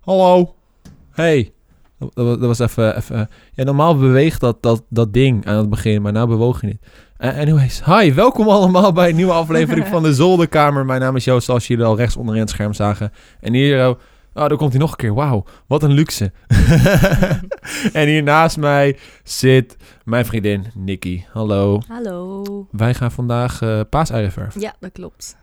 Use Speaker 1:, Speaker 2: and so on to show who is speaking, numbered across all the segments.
Speaker 1: Hallo. Hey. Dat, dat was even... even eh. ja, normaal beweegt dat, dat, dat ding aan het begin, maar nou bewoog je niet. Eh, anyways, hi. Welkom allemaal bij een nieuwe aflevering van de Zolderkamer. Mijn naam is Joost, zoals jullie al rechts onderin het scherm zagen. En hier... Oh, oh, daar komt hij nog een keer. Wauw, wat een luxe. en hier naast mij zit mijn vriendin Nikki. Hallo.
Speaker 2: Hallo.
Speaker 1: Wij gaan vandaag eh paaseieren verven.
Speaker 2: Ja, dat klopt.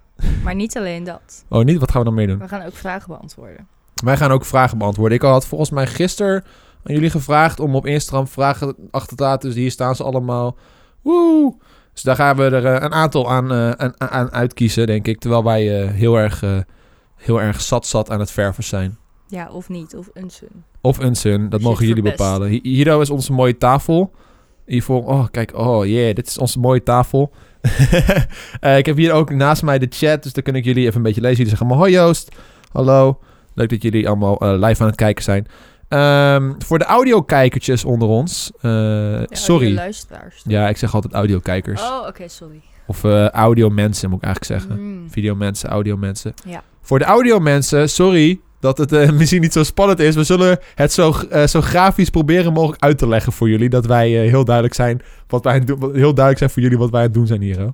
Speaker 2: Maar niet alleen dat.
Speaker 1: Oh, niet? Wat gaan we dan meer doen?
Speaker 2: We gaan ook vragen beantwoorden.
Speaker 1: Wij gaan ook vragen beantwoorden. Ik had volgens mij gisteren aan jullie gevraagd om op Instagram vragen achter te laten. Dus hier staan ze allemaal. Woe! Dus daar gaan we er eh, een aantal aan, eh, aan, aan uitkiezen, denk ik. Terwijl wij eh, heel erg, eh, heel erg zat zat aan het verven zijn.
Speaker 2: Ja, of niet. Of een sun.
Speaker 1: Of Unsun, dat
Speaker 2: Shit
Speaker 1: mogen jullie
Speaker 2: verpest.
Speaker 1: bepalen. Hi- Hierdo is onze mooie tafel. Hiervoor, oh kijk, oh yeah, dit is onze mooie tafel. Eh, ik heb hier ook naast mij de chat, dus dan kun ik jullie even een beetje lezen. Jullie zeggen allemaal, hoi Joost, hallo. Leuk dat jullie allemaal eh, live aan het kijken zijn. Ehm, voor de audiokijkertjes onder ons, eh,
Speaker 2: Ja,
Speaker 1: sorry.
Speaker 2: je luisteraars.
Speaker 1: ja, ik zeg altijd audiokijkers.
Speaker 2: Oh, oké, sorry.
Speaker 1: Of eh audiomensen moet ik eigenlijk zeggen.
Speaker 2: Mm.
Speaker 1: Videomensen, audiomensen.
Speaker 2: Ja.
Speaker 1: Voor de audiomensen, sorry dat het eh, misschien niet zo spannend is. We zullen het zo, eh, zo grafisch proberen mogelijk uit te leggen voor jullie. Dat wij eh, heel duidelijk zijn wat wij aan het doen, wat- heel duidelijk zijn voor jullie wat wij aan het doen zijn hier. hoor.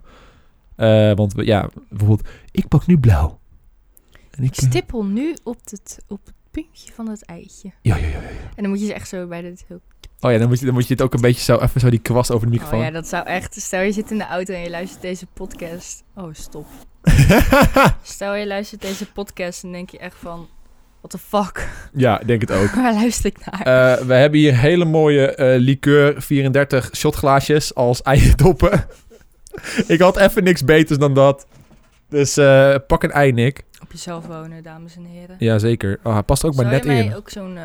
Speaker 1: Eh, want we- ja, bijvoorbeeld, ik pak nu blauw. En
Speaker 2: Ik
Speaker 1: ik, eh,
Speaker 2: stippel nu op het, op het puntje van het eitje.
Speaker 1: ja, ja, ja, ja.
Speaker 2: En dan moet je ze echt zo bij dit heel...
Speaker 1: Oh ja, dan moet, je, dan moet je het ook een beetje zo, even zo die kwast over de microfoon.
Speaker 2: Oh ja, dat zou echt... Stel je zit in de auto en je luistert deze podcast. Oh, stop. Stel je luistert deze podcast en denk je echt van... What the fuck?
Speaker 1: ja, ik denk het ook.
Speaker 2: Waar luister ik naar?
Speaker 1: Eh, we hebben hier hele mooie eh liqueur 34 shotglaasjes als eierdoppen. ik had even niks beters dan dat. Dus eh, pak een ei, Nick.
Speaker 2: Op jezelf wonen, dames en heren.
Speaker 1: Jazeker. Ah, hij past ook maar
Speaker 2: zou
Speaker 1: net
Speaker 2: je mij
Speaker 1: in.
Speaker 2: ook zo'n eh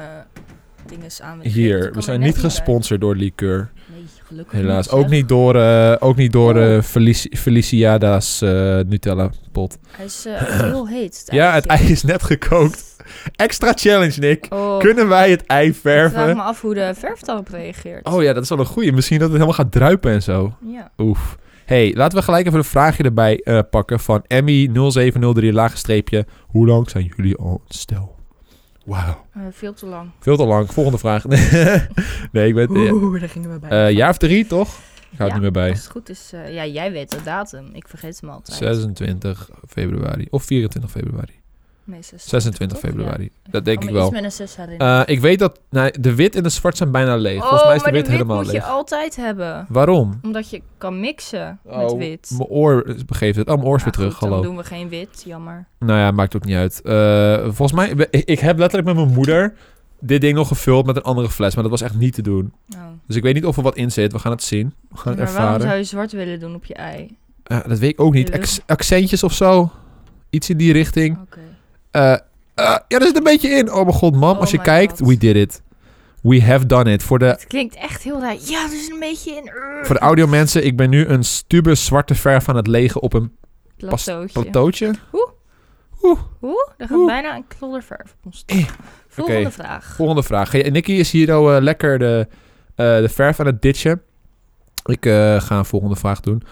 Speaker 2: ding eens aan willen geven?
Speaker 1: Hier,
Speaker 2: Ik
Speaker 1: we
Speaker 2: kan
Speaker 1: zijn
Speaker 2: er net
Speaker 1: niet
Speaker 2: bij.
Speaker 1: gesponsord door liqueur.
Speaker 2: Nee, gelukkig
Speaker 1: Helaas.
Speaker 2: niet,
Speaker 1: Ook
Speaker 2: zeg.
Speaker 1: niet door, eh, ook niet door
Speaker 2: Oh.
Speaker 1: eh, Felici- Feliciada's eh, Nutella-pot.
Speaker 2: Hij is eh, echt heel heet. het
Speaker 1: Ja, het
Speaker 2: eitje.
Speaker 1: ei is net gekookt. Extra challenge, Nick.
Speaker 2: Oh,
Speaker 1: Kunnen wij het ei
Speaker 2: Ik vraag
Speaker 1: verven?
Speaker 2: me af hoe de verf daarop reageert.
Speaker 1: Oh ja, dat is wel een goeie. Misschien dat het helemaal gaat druipen en zo.
Speaker 2: Ja.
Speaker 1: Oef. hey, laten we gelijk even een vraagje erbij eh, pakken van Emmy0703 laagstreepje. Hoe lang zijn jullie al stel? Wauw.
Speaker 2: eh, veel te lang.
Speaker 1: Veel te lang. Volgende vraag. nee, ik weet... eh,
Speaker 2: Oeh, daar gingen we bij.
Speaker 1: eh, jaar of drie, toch? Ik hou
Speaker 2: Ja.
Speaker 1: het niet meer bij.
Speaker 2: Als het goed is, eh, ja, jij weet de datum. Ik vergeet hem altijd.
Speaker 1: 26 februari. Of 24 februari.
Speaker 2: Nee, 26,
Speaker 1: 26
Speaker 2: toch?
Speaker 1: februari.
Speaker 2: Ja.
Speaker 1: Dat denk
Speaker 2: Kan
Speaker 1: ik
Speaker 2: me
Speaker 1: wel.
Speaker 2: iets met een zes herinneren.
Speaker 1: Eh, ik weet dat nou, de wit en de zwart zijn bijna leeg. Volgens
Speaker 2: oh,
Speaker 1: mij is de
Speaker 2: maar
Speaker 1: wit, helemaal
Speaker 2: moet
Speaker 1: leeg.
Speaker 2: je altijd hebben.
Speaker 1: Waarom?
Speaker 2: Omdat je kan mixen met
Speaker 1: Oh,
Speaker 2: wit.
Speaker 1: Mijn oor begeeft het. Oh, mijn oor is
Speaker 2: Ja,
Speaker 1: weer terug.
Speaker 2: goed,
Speaker 1: Hallo.
Speaker 2: Dan doen we geen wit, jammer.
Speaker 1: Nou ja, maakt ook niet uit. Eh, volgens mij, ik, ik heb letterlijk met mijn moeder dit ding nog gevuld met een andere fles, maar dat was echt niet te doen.
Speaker 2: Oh.
Speaker 1: Dus ik weet niet of er wat in zit. We gaan het zien. We gaan
Speaker 2: Maar
Speaker 1: het
Speaker 2: waarom
Speaker 1: ervaren.
Speaker 2: zou je zwart willen doen op je ei?
Speaker 1: Eh, dat weet ik ook niet.
Speaker 2: Leuk.
Speaker 1: Ex- accentjes of zo. Iets in die richting.
Speaker 2: Oké.
Speaker 1: Eh, eh, ja, er zit een beetje in. Oh mijn god, mam,
Speaker 2: Oh
Speaker 1: als je
Speaker 2: my
Speaker 1: kijkt,
Speaker 2: God.
Speaker 1: we did it. We have done it. Voor de,
Speaker 2: Het klinkt echt heel raar. Ja, er is een uh, beetje in.
Speaker 1: voor de audio mensen, ik ben nu een stube zwarte verf aan het legen op een
Speaker 2: Plateautje.
Speaker 1: plateautje.
Speaker 2: Oeh, er gaat
Speaker 1: Oeh.
Speaker 2: bijna een klodderverf op ons.
Speaker 1: Eh,
Speaker 2: Volgende
Speaker 1: oké.
Speaker 2: vraag.
Speaker 1: Volgende vraag. Hey, Nicky is hier al eh, lekker de, eh, de verf aan het ditchen. Ik eh, ga een volgende vraag doen.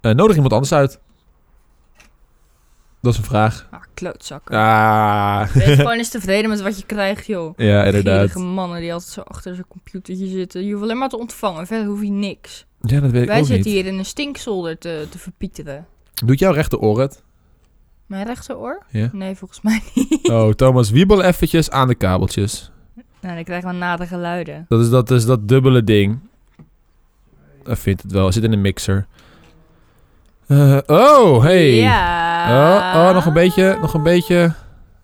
Speaker 1: Eh, nodig iemand anders uit? Dat is een vraag.
Speaker 2: Ah, klootzakken.
Speaker 1: Ah.
Speaker 2: Wees gewoon eens tevreden met wat je krijgt, joh.
Speaker 1: ja, inderdaad.
Speaker 2: Gierige mannen die altijd zo achter zo'n computertje zitten. Je hoeft alleen maar te ontvangen. Verder hoef je niks.
Speaker 1: Ja, dat weet ik
Speaker 2: Wij
Speaker 1: ook
Speaker 2: zitten
Speaker 1: niet.
Speaker 2: hier in een stinkzolder te, te verpieteren.
Speaker 1: Doet jouw rechteroor het?
Speaker 2: Mijn rechteroor?
Speaker 1: Ja.
Speaker 2: Nee, volgens mij niet.
Speaker 1: Oh, Thomas, wiebel eventjes aan de kabeltjes.
Speaker 2: Nou, dan krijgen we nare geluiden.
Speaker 1: Dat is dat, is dat dubbele ding. Hij vindt het wel. Hij zit in een mixer. Eh, oh, hey.
Speaker 2: Ja.
Speaker 1: Oh, oh,
Speaker 2: Ah.
Speaker 1: nog een beetje, nog een beetje.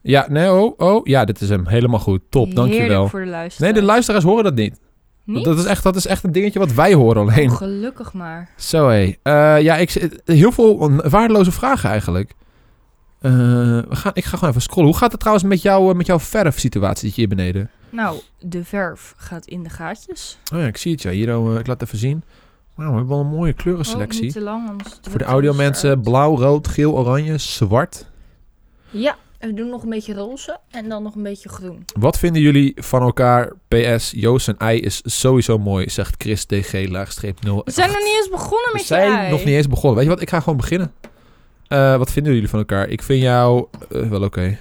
Speaker 1: Ja, nee, oh, oh. Ja, dit is hem. Helemaal goed. Top, dankjewel.
Speaker 2: Heerlijk voor de luisteraar.
Speaker 1: Nee, de luisteraars horen dat niet.
Speaker 2: Niet?
Speaker 1: Dat, is echt, dat is echt een dingetje wat wij horen alleen.
Speaker 2: Oh, gelukkig maar.
Speaker 1: Zo, hé. Eh, ja, ik, zit- heel veel on- waardeloze vragen eigenlijk. Eh, we gaan, ik ga gewoon even scrollen. Hoe gaat het trouwens met, jou, eh, met jouw verfsituatie hier beneden?
Speaker 2: Nou, de verf gaat in de gaatjes.
Speaker 1: Oh ja, ik zie het. Ja. Hier, oh, eh, ik laat het even zien. Wauw, we hebben wel een mooie
Speaker 2: Oh, niet
Speaker 1: kleurenselectie.
Speaker 2: te lang, anders
Speaker 1: Voor
Speaker 2: drukt
Speaker 1: de
Speaker 2: het eh,
Speaker 1: audiomensen, blauw, rood, geel, oranje, zwart.
Speaker 2: Ja, en we doen nog een beetje roze en dan nog een beetje groen.
Speaker 1: Wat vinden jullie van elkaar? PS, Joost en ei is sowieso mooi, zegt Chris DG, laagstreep 0.
Speaker 2: We zijn nog niet eens begonnen
Speaker 1: We
Speaker 2: met
Speaker 1: zijn
Speaker 2: je ei.
Speaker 1: nog niet eens begonnen. Weet je wat? Ik ga gewoon beginnen. Eh, wat vinden jullie van elkaar? Ik vind jou eh, wel oké.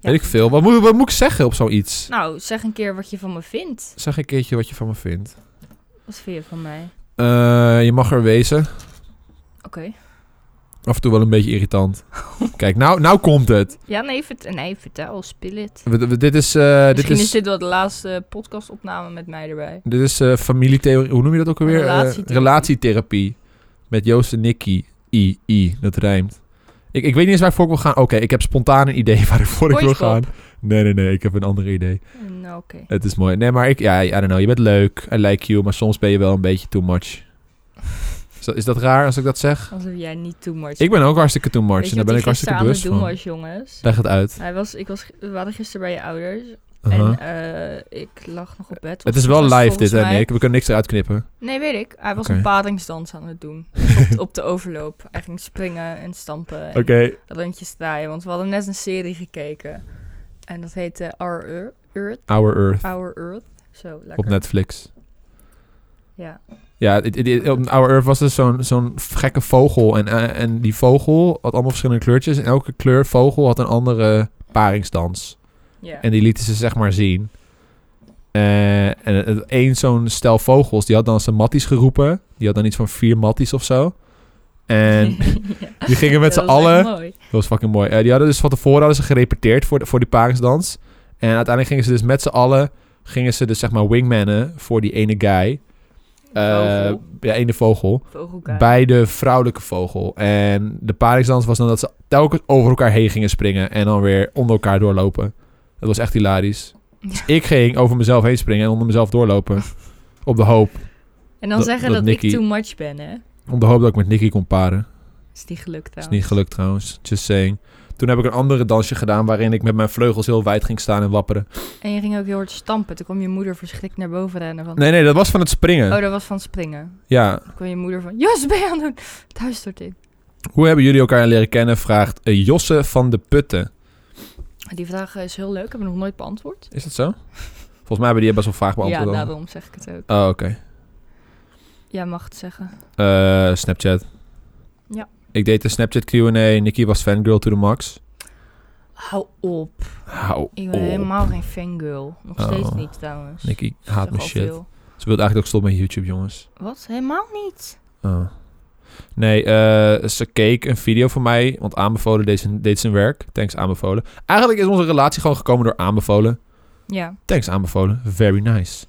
Speaker 1: Weet ik veel. Wat moet, wat moet ik zeggen op zoiets?
Speaker 2: Nou, zeg een keer wat je van me vindt.
Speaker 1: Zeg een keertje wat je van me vindt.
Speaker 2: Wat vind je van mij?
Speaker 1: Eh, je mag er wezen.
Speaker 2: Oké.
Speaker 1: Af en toe wel een beetje irritant. Kijk, nou, nou komt het.
Speaker 2: Ja, nee, vert- nee, vertel, spill it.
Speaker 1: We- we- dit is, eh, dit
Speaker 2: Misschien
Speaker 1: is,
Speaker 2: is dit wel de laatste podcastopname met mij erbij.
Speaker 1: dit is eh, familietheorie. Hoe noem je dat ook alweer? Eh,
Speaker 2: Relatietherapie.
Speaker 1: relatietherapie. Met Joost en Nicky. I, I. Dat rijmt. Ik, ik weet niet eens waar ik voor wil gaan. Oké, ik heb spontaan een idee waarvoor ik wil gaan.
Speaker 2: SpongeBob.
Speaker 1: Nee, nee, nee. Ik heb een ander idee.
Speaker 2: Nou, oké.
Speaker 1: Het is mooi. Nee, maar ik, ja, I don't know. Je bent leuk. I like you. Maar soms ben je wel een beetje too much. Is dat, is dat raar als ik dat zeg?
Speaker 2: Alsof jij niet too much
Speaker 1: Ik ben ook hartstikke too much.
Speaker 2: Weet
Speaker 1: En
Speaker 2: je
Speaker 1: daar
Speaker 2: wat
Speaker 1: ben
Speaker 2: hij
Speaker 1: ik hartstikke
Speaker 2: gisteren
Speaker 1: bewust
Speaker 2: aan het doen
Speaker 1: van.
Speaker 2: was, jongens?
Speaker 1: Leg het uit.
Speaker 2: Hij was, ik was, we waren gisteren bij je ouders.
Speaker 1: Uh-huh.
Speaker 2: En eh, ik lag nog op bed.
Speaker 1: het
Speaker 2: want
Speaker 1: is wel
Speaker 2: was
Speaker 1: live dit,
Speaker 2: volgens
Speaker 1: hè,
Speaker 2: mij-
Speaker 1: Nick? We kunnen niks eruit knippen.
Speaker 2: Nee, weet ik. Hij was
Speaker 1: Oké.
Speaker 2: een padingsdans aan het doen. Dus Op, op de overloop. Hij ging springen en stampen en rondjes draaien. Want we hadden net een serie gekeken. En dat heette Our Ear- Earth.
Speaker 1: Our Earth
Speaker 2: Our Earth. Zo, lekker.
Speaker 1: op Netflix.
Speaker 2: Ja.
Speaker 1: Ja, het- het- het- op Our Earth was dus zo'n zo'n gekke vogel. En, eh, en die vogel had allemaal verschillende kleurtjes. En elke kleur vogel had een andere paringsdans.
Speaker 2: ja.
Speaker 1: En die lieten ze zeg maar zien. Eh, en het- één zo'n stel vogels, die had dan zijn matties geroepen. Die had dan iets van vier matties of zo. En die gingen met z'n
Speaker 2: Dat was
Speaker 1: allen...
Speaker 2: echt mooi.
Speaker 1: Dat was fucking mooi. Eh, die hadden dus van tevoren hadden ze gerepeteerd voor, de- voor die paringsdans. En uiteindelijk gingen ze dus met z'n allen... gingen ze dus zeg maar wingmannen voor die ene guy. Eh,
Speaker 2: Vogel.
Speaker 1: ja, ene vogel.
Speaker 2: Vogelkaart.
Speaker 1: Bij de vrouwelijke vogel. En de paringsdans was dan dat ze telkens over elkaar heen gingen springen. En dan weer onder elkaar doorlopen. Dat was echt hilarisch. Dus ik ging over mezelf heen springen en onder mezelf doorlopen. Op de hoop.
Speaker 2: En dan
Speaker 1: dat-
Speaker 2: zeggen
Speaker 1: dat
Speaker 2: dat,
Speaker 1: Nicky-
Speaker 2: ik too much ben, hè?
Speaker 1: Op de hoop dat ik met Nicky kon paren.
Speaker 2: Is niet gelukt
Speaker 1: Is
Speaker 2: trouwens.
Speaker 1: niet gelukt trouwens. Just saying. Toen heb ik een andere dansje gedaan waarin ik met mijn vleugels heel wijd ging staan en wapperen.
Speaker 2: En je ging ook heel hard stampen. Toen kwam je moeder verschrikt naar boven rennen. Van...
Speaker 1: Nee, nee, dat was van het springen.
Speaker 2: Oh, dat was van springen.
Speaker 1: Ja.
Speaker 2: Toen kwam je moeder van... Jos, ben je aan het doen? Het huis stort in.
Speaker 1: Hoe hebben jullie elkaar leren kennen? Vraagt eh, Josse van de Putten.
Speaker 2: Die vraag eh, is heel leuk. Ik heb nog nooit beantwoord.
Speaker 1: Is dat zo? Volgens mij hebben die best wel vaag
Speaker 2: Ja,
Speaker 1: beantwoord. al.
Speaker 2: daarom zeg ik het ook.
Speaker 1: Oh, oké.
Speaker 2: Jij mag het zeggen.
Speaker 1: Eh, Snapchat.
Speaker 2: Ja.
Speaker 1: Ik deed de Snapchat Q&A. Nikki was fangirl to the max.
Speaker 2: Hou op.
Speaker 1: Hou
Speaker 2: Ik
Speaker 1: op.
Speaker 2: ben helemaal geen fangirl. Nog
Speaker 1: Oh.
Speaker 2: steeds niet trouwens.
Speaker 1: Nikki
Speaker 2: Dat is
Speaker 1: haat
Speaker 2: toch
Speaker 1: me
Speaker 2: al
Speaker 1: shit.
Speaker 2: veel.
Speaker 1: Ze wil eigenlijk ook stoppen met YouTube, jongens.
Speaker 2: Wat? Helemaal niet.
Speaker 1: Oh. Nee, eh, ze keek een video van mij, want aanbevolen deed zijn, deed zijn werk. Thanks aanbevolen. Eigenlijk is onze relatie gewoon gekomen door aanbevolen.
Speaker 2: Ja.
Speaker 1: Thanks aanbevolen. Very nice.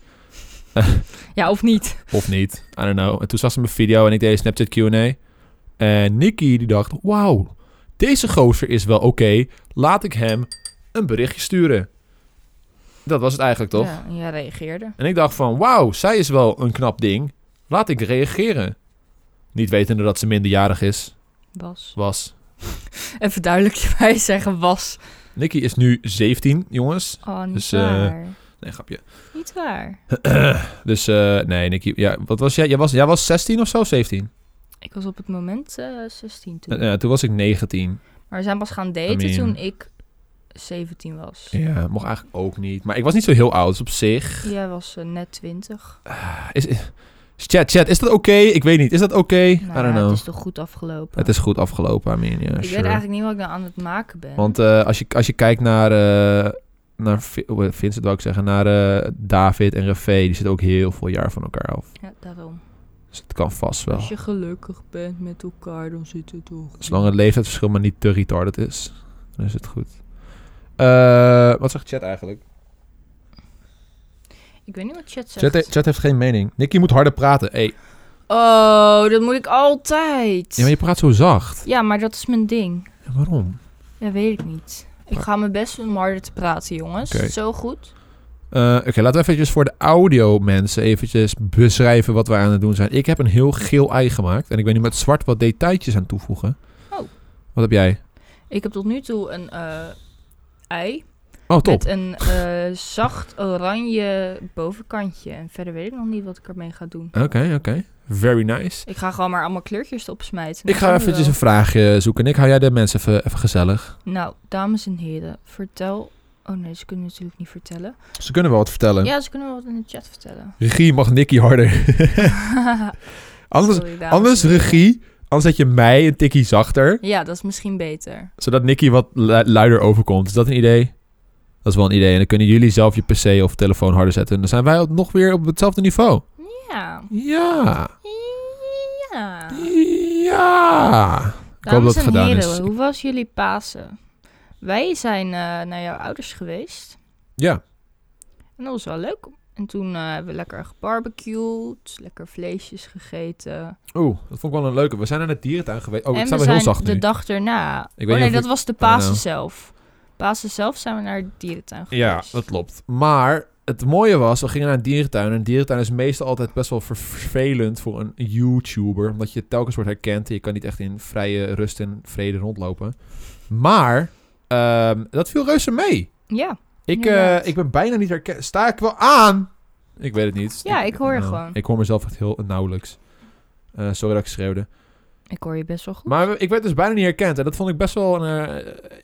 Speaker 2: Ja, of niet.
Speaker 1: Of niet. I don't know. En toen zag ze mijn video en ik deed een Snapchat Q&A. En Nicky die dacht, wauw, deze gozer is wel oké. Laat ik hem een berichtje sturen. Dat was het eigenlijk toch?
Speaker 2: Ja, en jij reageerde.
Speaker 1: En ik dacht van, wauw, zij is wel een knap ding. Laat ik reageren. Niet wetende dat ze minderjarig is,
Speaker 2: Was.
Speaker 1: was.
Speaker 2: Even duidelijk bij zeggen was.
Speaker 1: Nicky is nu 17, jongens.
Speaker 2: Oh, niet
Speaker 1: Dus, eh,
Speaker 2: waar.
Speaker 1: Nee, grapje.
Speaker 2: Niet waar.
Speaker 1: Dus eh, nee, Nicky. Ja, wat was jij? Jij was, jij was 16 of zo? 17?
Speaker 2: Ik was op het moment eh, 16 toen.
Speaker 1: Eh, eh, toen was ik 19.
Speaker 2: Maar we zijn pas gaan daten
Speaker 1: I mean-
Speaker 2: toen ik 17 was.
Speaker 1: Ja, mocht eigenlijk ook niet. Maar ik was niet zo heel oud. Dus op zich.
Speaker 2: Jij was eh, net 20.
Speaker 1: Is, is- chat, chat. Is dat oké? Ik weet niet. Is dat oké?
Speaker 2: Nou
Speaker 1: I
Speaker 2: ja,
Speaker 1: don't know.
Speaker 2: Het is toch goed afgelopen.
Speaker 1: goed afgelopen. I mean, yeah,
Speaker 2: ik
Speaker 1: sure.
Speaker 2: weet eigenlijk niet wat ik nou aan het maken ben.
Speaker 1: Want eh, als, je, als je kijkt naar... eh naar Vi- oh, Vincent, wou ik zeggen. Naar eh, David en Rafé. Die zitten ook heel veel jaar van elkaar af.
Speaker 2: Ja, daarom.
Speaker 1: Dus het kan vast wel.
Speaker 2: Als je gelukkig bent met elkaar, dan zit het toch.
Speaker 1: Zolang het leeftijdsverschil maar niet te retarded is, dan is het goed. Eh, wat zegt chat eigenlijk?
Speaker 2: Ik weet niet wat chat zegt.
Speaker 1: Chat, he- chat heeft geen mening. Nicky moet harder praten. Hey.
Speaker 2: Oh, dat moet ik altijd.
Speaker 1: Ja, maar je praat zo zacht.
Speaker 2: Ja, maar dat is mijn ding.
Speaker 1: Ja, waarom?
Speaker 2: Ja, weet ik niet. Ik ga mijn best doen om harder te praten, jongens.
Speaker 1: Oké.
Speaker 2: Zo goed.
Speaker 1: Eh, Oké, laten we eventjes voor de audio mensen eventjes beschrijven wat we aan het doen zijn. Ik heb een heel geel ei gemaakt en ik ben nu met zwart wat detailtjes aan toevoegen.
Speaker 2: Oh.
Speaker 1: Wat heb jij?
Speaker 2: Ik heb tot nu toe een eh, ei
Speaker 1: Oh, top.
Speaker 2: met een eh, zacht oranje bovenkantje. En verder weet ik nog niet wat ik ermee ga doen.
Speaker 1: Oké, oké. Very nice.
Speaker 2: Ik ga gewoon maar allemaal kleurtjes erop smijten.
Speaker 1: Ik ga
Speaker 2: Dat doen we
Speaker 1: eventjes een vraagje zoeken. Nick, hou jij de mensen even, even gezellig?
Speaker 2: wel. Nou, dames en heren, vertel... Oh nee, ze kunnen natuurlijk niet vertellen.
Speaker 1: Ze kunnen wel wat vertellen.
Speaker 2: Ja, ze kunnen wel wat in de chat vertellen.
Speaker 1: Regie mag Nicky harder. Anders,
Speaker 2: Sorry, dames
Speaker 1: Anders
Speaker 2: en heren.
Speaker 1: regie, anders zet je mij een tikkie zachter,
Speaker 2: Ja, dat is misschien beter.
Speaker 1: zodat Nicky wat lu- luider overkomt. Is dat een idee? Dat is wel een idee. En dan kunnen jullie zelf je PC of telefoon harder zetten. En dan zijn wij ook nog weer op hetzelfde niveau.
Speaker 2: Ja.
Speaker 1: Ja.
Speaker 2: Ja.
Speaker 1: Ja. Ik hoop dat
Speaker 2: Dames
Speaker 1: het
Speaker 2: en
Speaker 1: gedaan is.
Speaker 2: heren, hoe was jullie Pasen? Wij zijn eh, naar jouw ouders geweest.
Speaker 1: Ja.
Speaker 2: En dat was wel leuk. En toen eh, hebben we lekker gebarbecued, lekker vleesjes gegeten.
Speaker 1: Oeh, dat vond ik wel een leuke. We zijn naar de dierentuin geweest. Oh,
Speaker 2: en
Speaker 1: ik sta wel
Speaker 2: we zijn
Speaker 1: heel zacht
Speaker 2: de
Speaker 1: nu.
Speaker 2: dag daarna.
Speaker 1: weet niet
Speaker 2: oh nee,
Speaker 1: of
Speaker 2: dat
Speaker 1: ik-
Speaker 2: was de
Speaker 1: I don't
Speaker 2: Pasen
Speaker 1: know.
Speaker 2: zelf. Pasen zelf zijn we naar de dierentuin
Speaker 1: Ja,
Speaker 2: geweest.
Speaker 1: dat klopt. Maar het mooie was, we gingen naar een dierentuin. En een dierentuin is meestal altijd best wel ver- vervelend voor een YouTuber. Omdat je telkens wordt herkend en je kan niet echt in vrije rust en vrede rondlopen. Maar ehm, dat viel reuze mee.
Speaker 2: Ja,
Speaker 1: Ik,
Speaker 2: Inderdaad.
Speaker 1: eh, ik ben bijna niet herkend. Sta ik wel aan? Ik weet het niet.
Speaker 2: Ja, ik hoor je
Speaker 1: nou,
Speaker 2: gewoon.
Speaker 1: Ik hoor mezelf echt heel nauwelijks. Eh, sorry dat ik schreeuwde.
Speaker 2: ik hoor je best wel goed.
Speaker 1: Maar we- ik werd dus bijna niet herkend. En dat vond ik best wel... een, eh,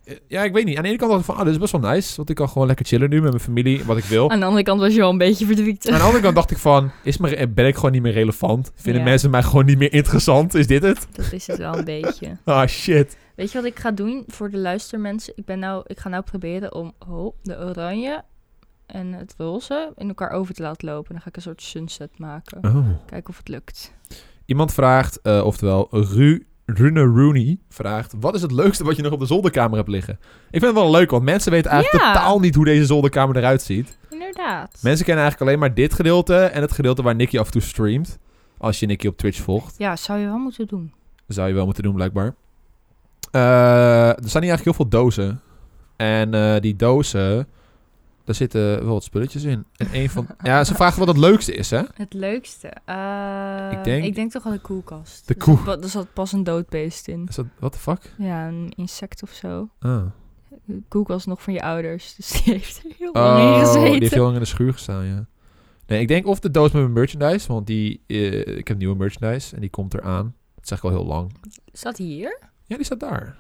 Speaker 1: eh, ja, ik weet niet. Aan de ene kant dacht ik van... Ah, dit is best wel nice. Want ik kan gewoon lekker chillen nu met mijn familie. Wat ik wil.
Speaker 2: Aan de andere kant was je wel een beetje verdrietig.
Speaker 1: Aan de andere kant dacht ik van, is me, ben ik gewoon niet meer relevant? Vinden
Speaker 2: Ja.
Speaker 1: mensen mij gewoon niet meer interessant? Is dit het?
Speaker 2: Dat is het wel een beetje.
Speaker 1: Ah, shit.
Speaker 2: Weet je wat ik ga doen voor de luistermensen? Ik, ben nou, ik ga nou proberen om oh, de oranje en het roze in elkaar over te laten lopen. Dan ga ik een soort sunset maken. Kijken of het lukt.
Speaker 1: Iemand vraagt, eh, oftewel Ru, Rune Rooney vraagt, wat is het leukste wat je nog op de zolderkamer hebt liggen? Ik vind het wel leuk, want mensen weten eigenlijk
Speaker 2: Ja.
Speaker 1: totaal niet hoe deze zolderkamer eruit ziet.
Speaker 2: Inderdaad.
Speaker 1: Mensen kennen eigenlijk alleen maar dit gedeelte en het gedeelte waar Nicky af en toe streamt. Als je Nicky op Twitch volgt.
Speaker 2: Ja, zou je wel moeten doen.
Speaker 1: Zou je wel moeten doen, blijkbaar. Eh, er staan hier eigenlijk heel veel dozen. En eh, die dozen, daar zitten wel wat spulletjes in. En een van... ja, ze vragen wat het leukste is, hè?
Speaker 2: Het leukste. eh,
Speaker 1: Ik denk-
Speaker 2: toch aan de koelkast.
Speaker 1: De
Speaker 2: Er
Speaker 1: koe-
Speaker 2: zat pa- Er zat pas een dood beest in.
Speaker 1: Is dat... What the fuck?
Speaker 2: Ja, een insect of zo.
Speaker 1: Ah.
Speaker 2: De koelkast nog van je ouders. Dus die heeft er heel lang in
Speaker 1: Oh, die
Speaker 2: gezeten.
Speaker 1: heeft heel lang in de schuur gestaan, ja. Nee, ik denk of de doos met mijn merchandise, want die... eh, ik heb nieuwe merchandise en die komt eraan. Dat zeg ik al heel lang.
Speaker 2: Zat hier?
Speaker 1: Ja, die staat daar.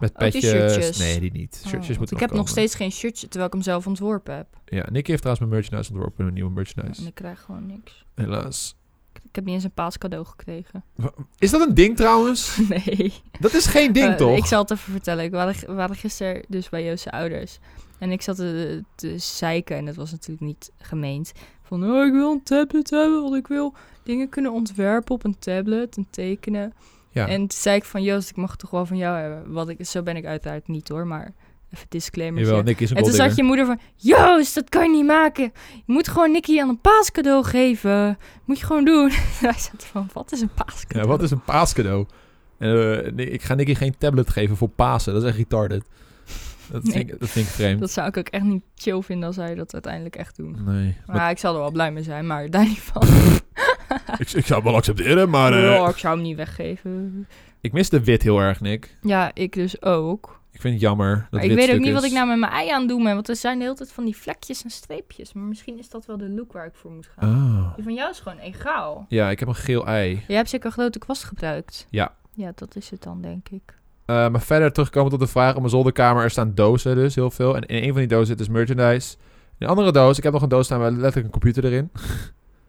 Speaker 1: Met
Speaker 2: Oh, die
Speaker 1: petjes.
Speaker 2: shirtjes.
Speaker 1: Nee, die niet. Shirtjes
Speaker 2: Oh,
Speaker 1: moeten
Speaker 2: ik heb nog
Speaker 1: komen.
Speaker 2: steeds geen shirtje, terwijl ik hem zelf ontworpen heb.
Speaker 1: Ja, Nicky heeft trouwens mijn merchandise ontworpen, mijn nieuwe merchandise.
Speaker 2: En ik krijg gewoon niks.
Speaker 1: Helaas.
Speaker 2: Ik heb niet eens een paascadeau gekregen.
Speaker 1: Is dat een ding trouwens?
Speaker 2: Nee.
Speaker 1: Dat is geen ding,
Speaker 2: Eh,
Speaker 1: toch?
Speaker 2: Ik zal het even vertellen. Ik waren, we waren gisteren dus bij Joost's ouders. En ik zat te, te zeiken. En dat was natuurlijk niet gemeend. Van, oh, ik wil een tablet hebben. Want ik wil dingen kunnen ontwerpen op een tablet. En tekenen.
Speaker 1: Ja.
Speaker 2: En toen zei ik van, Joost, ik mag het toch wel van jou hebben. Wat ik, zo ben ik uiteraard niet hoor. Maar even disclaimer.
Speaker 1: Jawel, Nick is een
Speaker 2: En toen zat
Speaker 1: golddigger.
Speaker 2: je moeder van... Joost, dat kan je niet maken. Je moet gewoon Nicky aan een paascadeau geven. Moet je gewoon doen. Wij zaten van, wat is een
Speaker 1: Ja,
Speaker 2: paascadeau?
Speaker 1: wat is een paascadeau? Eh, nee, ik ga Nicky geen tablet geven voor Pasen. Dat is echt retarded. Dat,
Speaker 2: Nee.
Speaker 1: vind, ik, dat vind ik vreemd.
Speaker 2: Dat zou ik ook echt niet chill vinden als zij dat uiteindelijk echt doen.
Speaker 1: Nee.
Speaker 2: Maar ik zal er wel blij mee zijn, maar daar niet van.
Speaker 1: ik, ik zou het wel accepteren, maar... eh,
Speaker 2: Oh, ik zou hem niet weggeven.
Speaker 1: Ik mis de wit heel erg, Nick.
Speaker 2: Ja, ik dus ook.
Speaker 1: Ik vind het jammer dat
Speaker 2: Maar
Speaker 1: wit
Speaker 2: ik weet ook
Speaker 1: stuk
Speaker 2: niet wat
Speaker 1: is.
Speaker 2: ik nou met mijn ei aan doe, man. Want er zijn de hele tijd van die vlekjes en streepjes. Maar misschien is dat wel de look waar ik voor moet gaan.
Speaker 1: Ah.
Speaker 2: Die van jou is gewoon egaal.
Speaker 1: Ja, ik heb een geel ei.
Speaker 2: Jij hebt zeker een grote kwast gebruikt.
Speaker 1: Ja.
Speaker 2: Ja, dat is het dan, denk ik.
Speaker 1: Eh, maar verder terugkomen tot de vraag op mijn zolderkamer. Er staan dozen dus, heel veel. En in een van die dozen zit dus merchandise. In een andere doos, ik heb nog een doos staan met letterlijk een computer erin.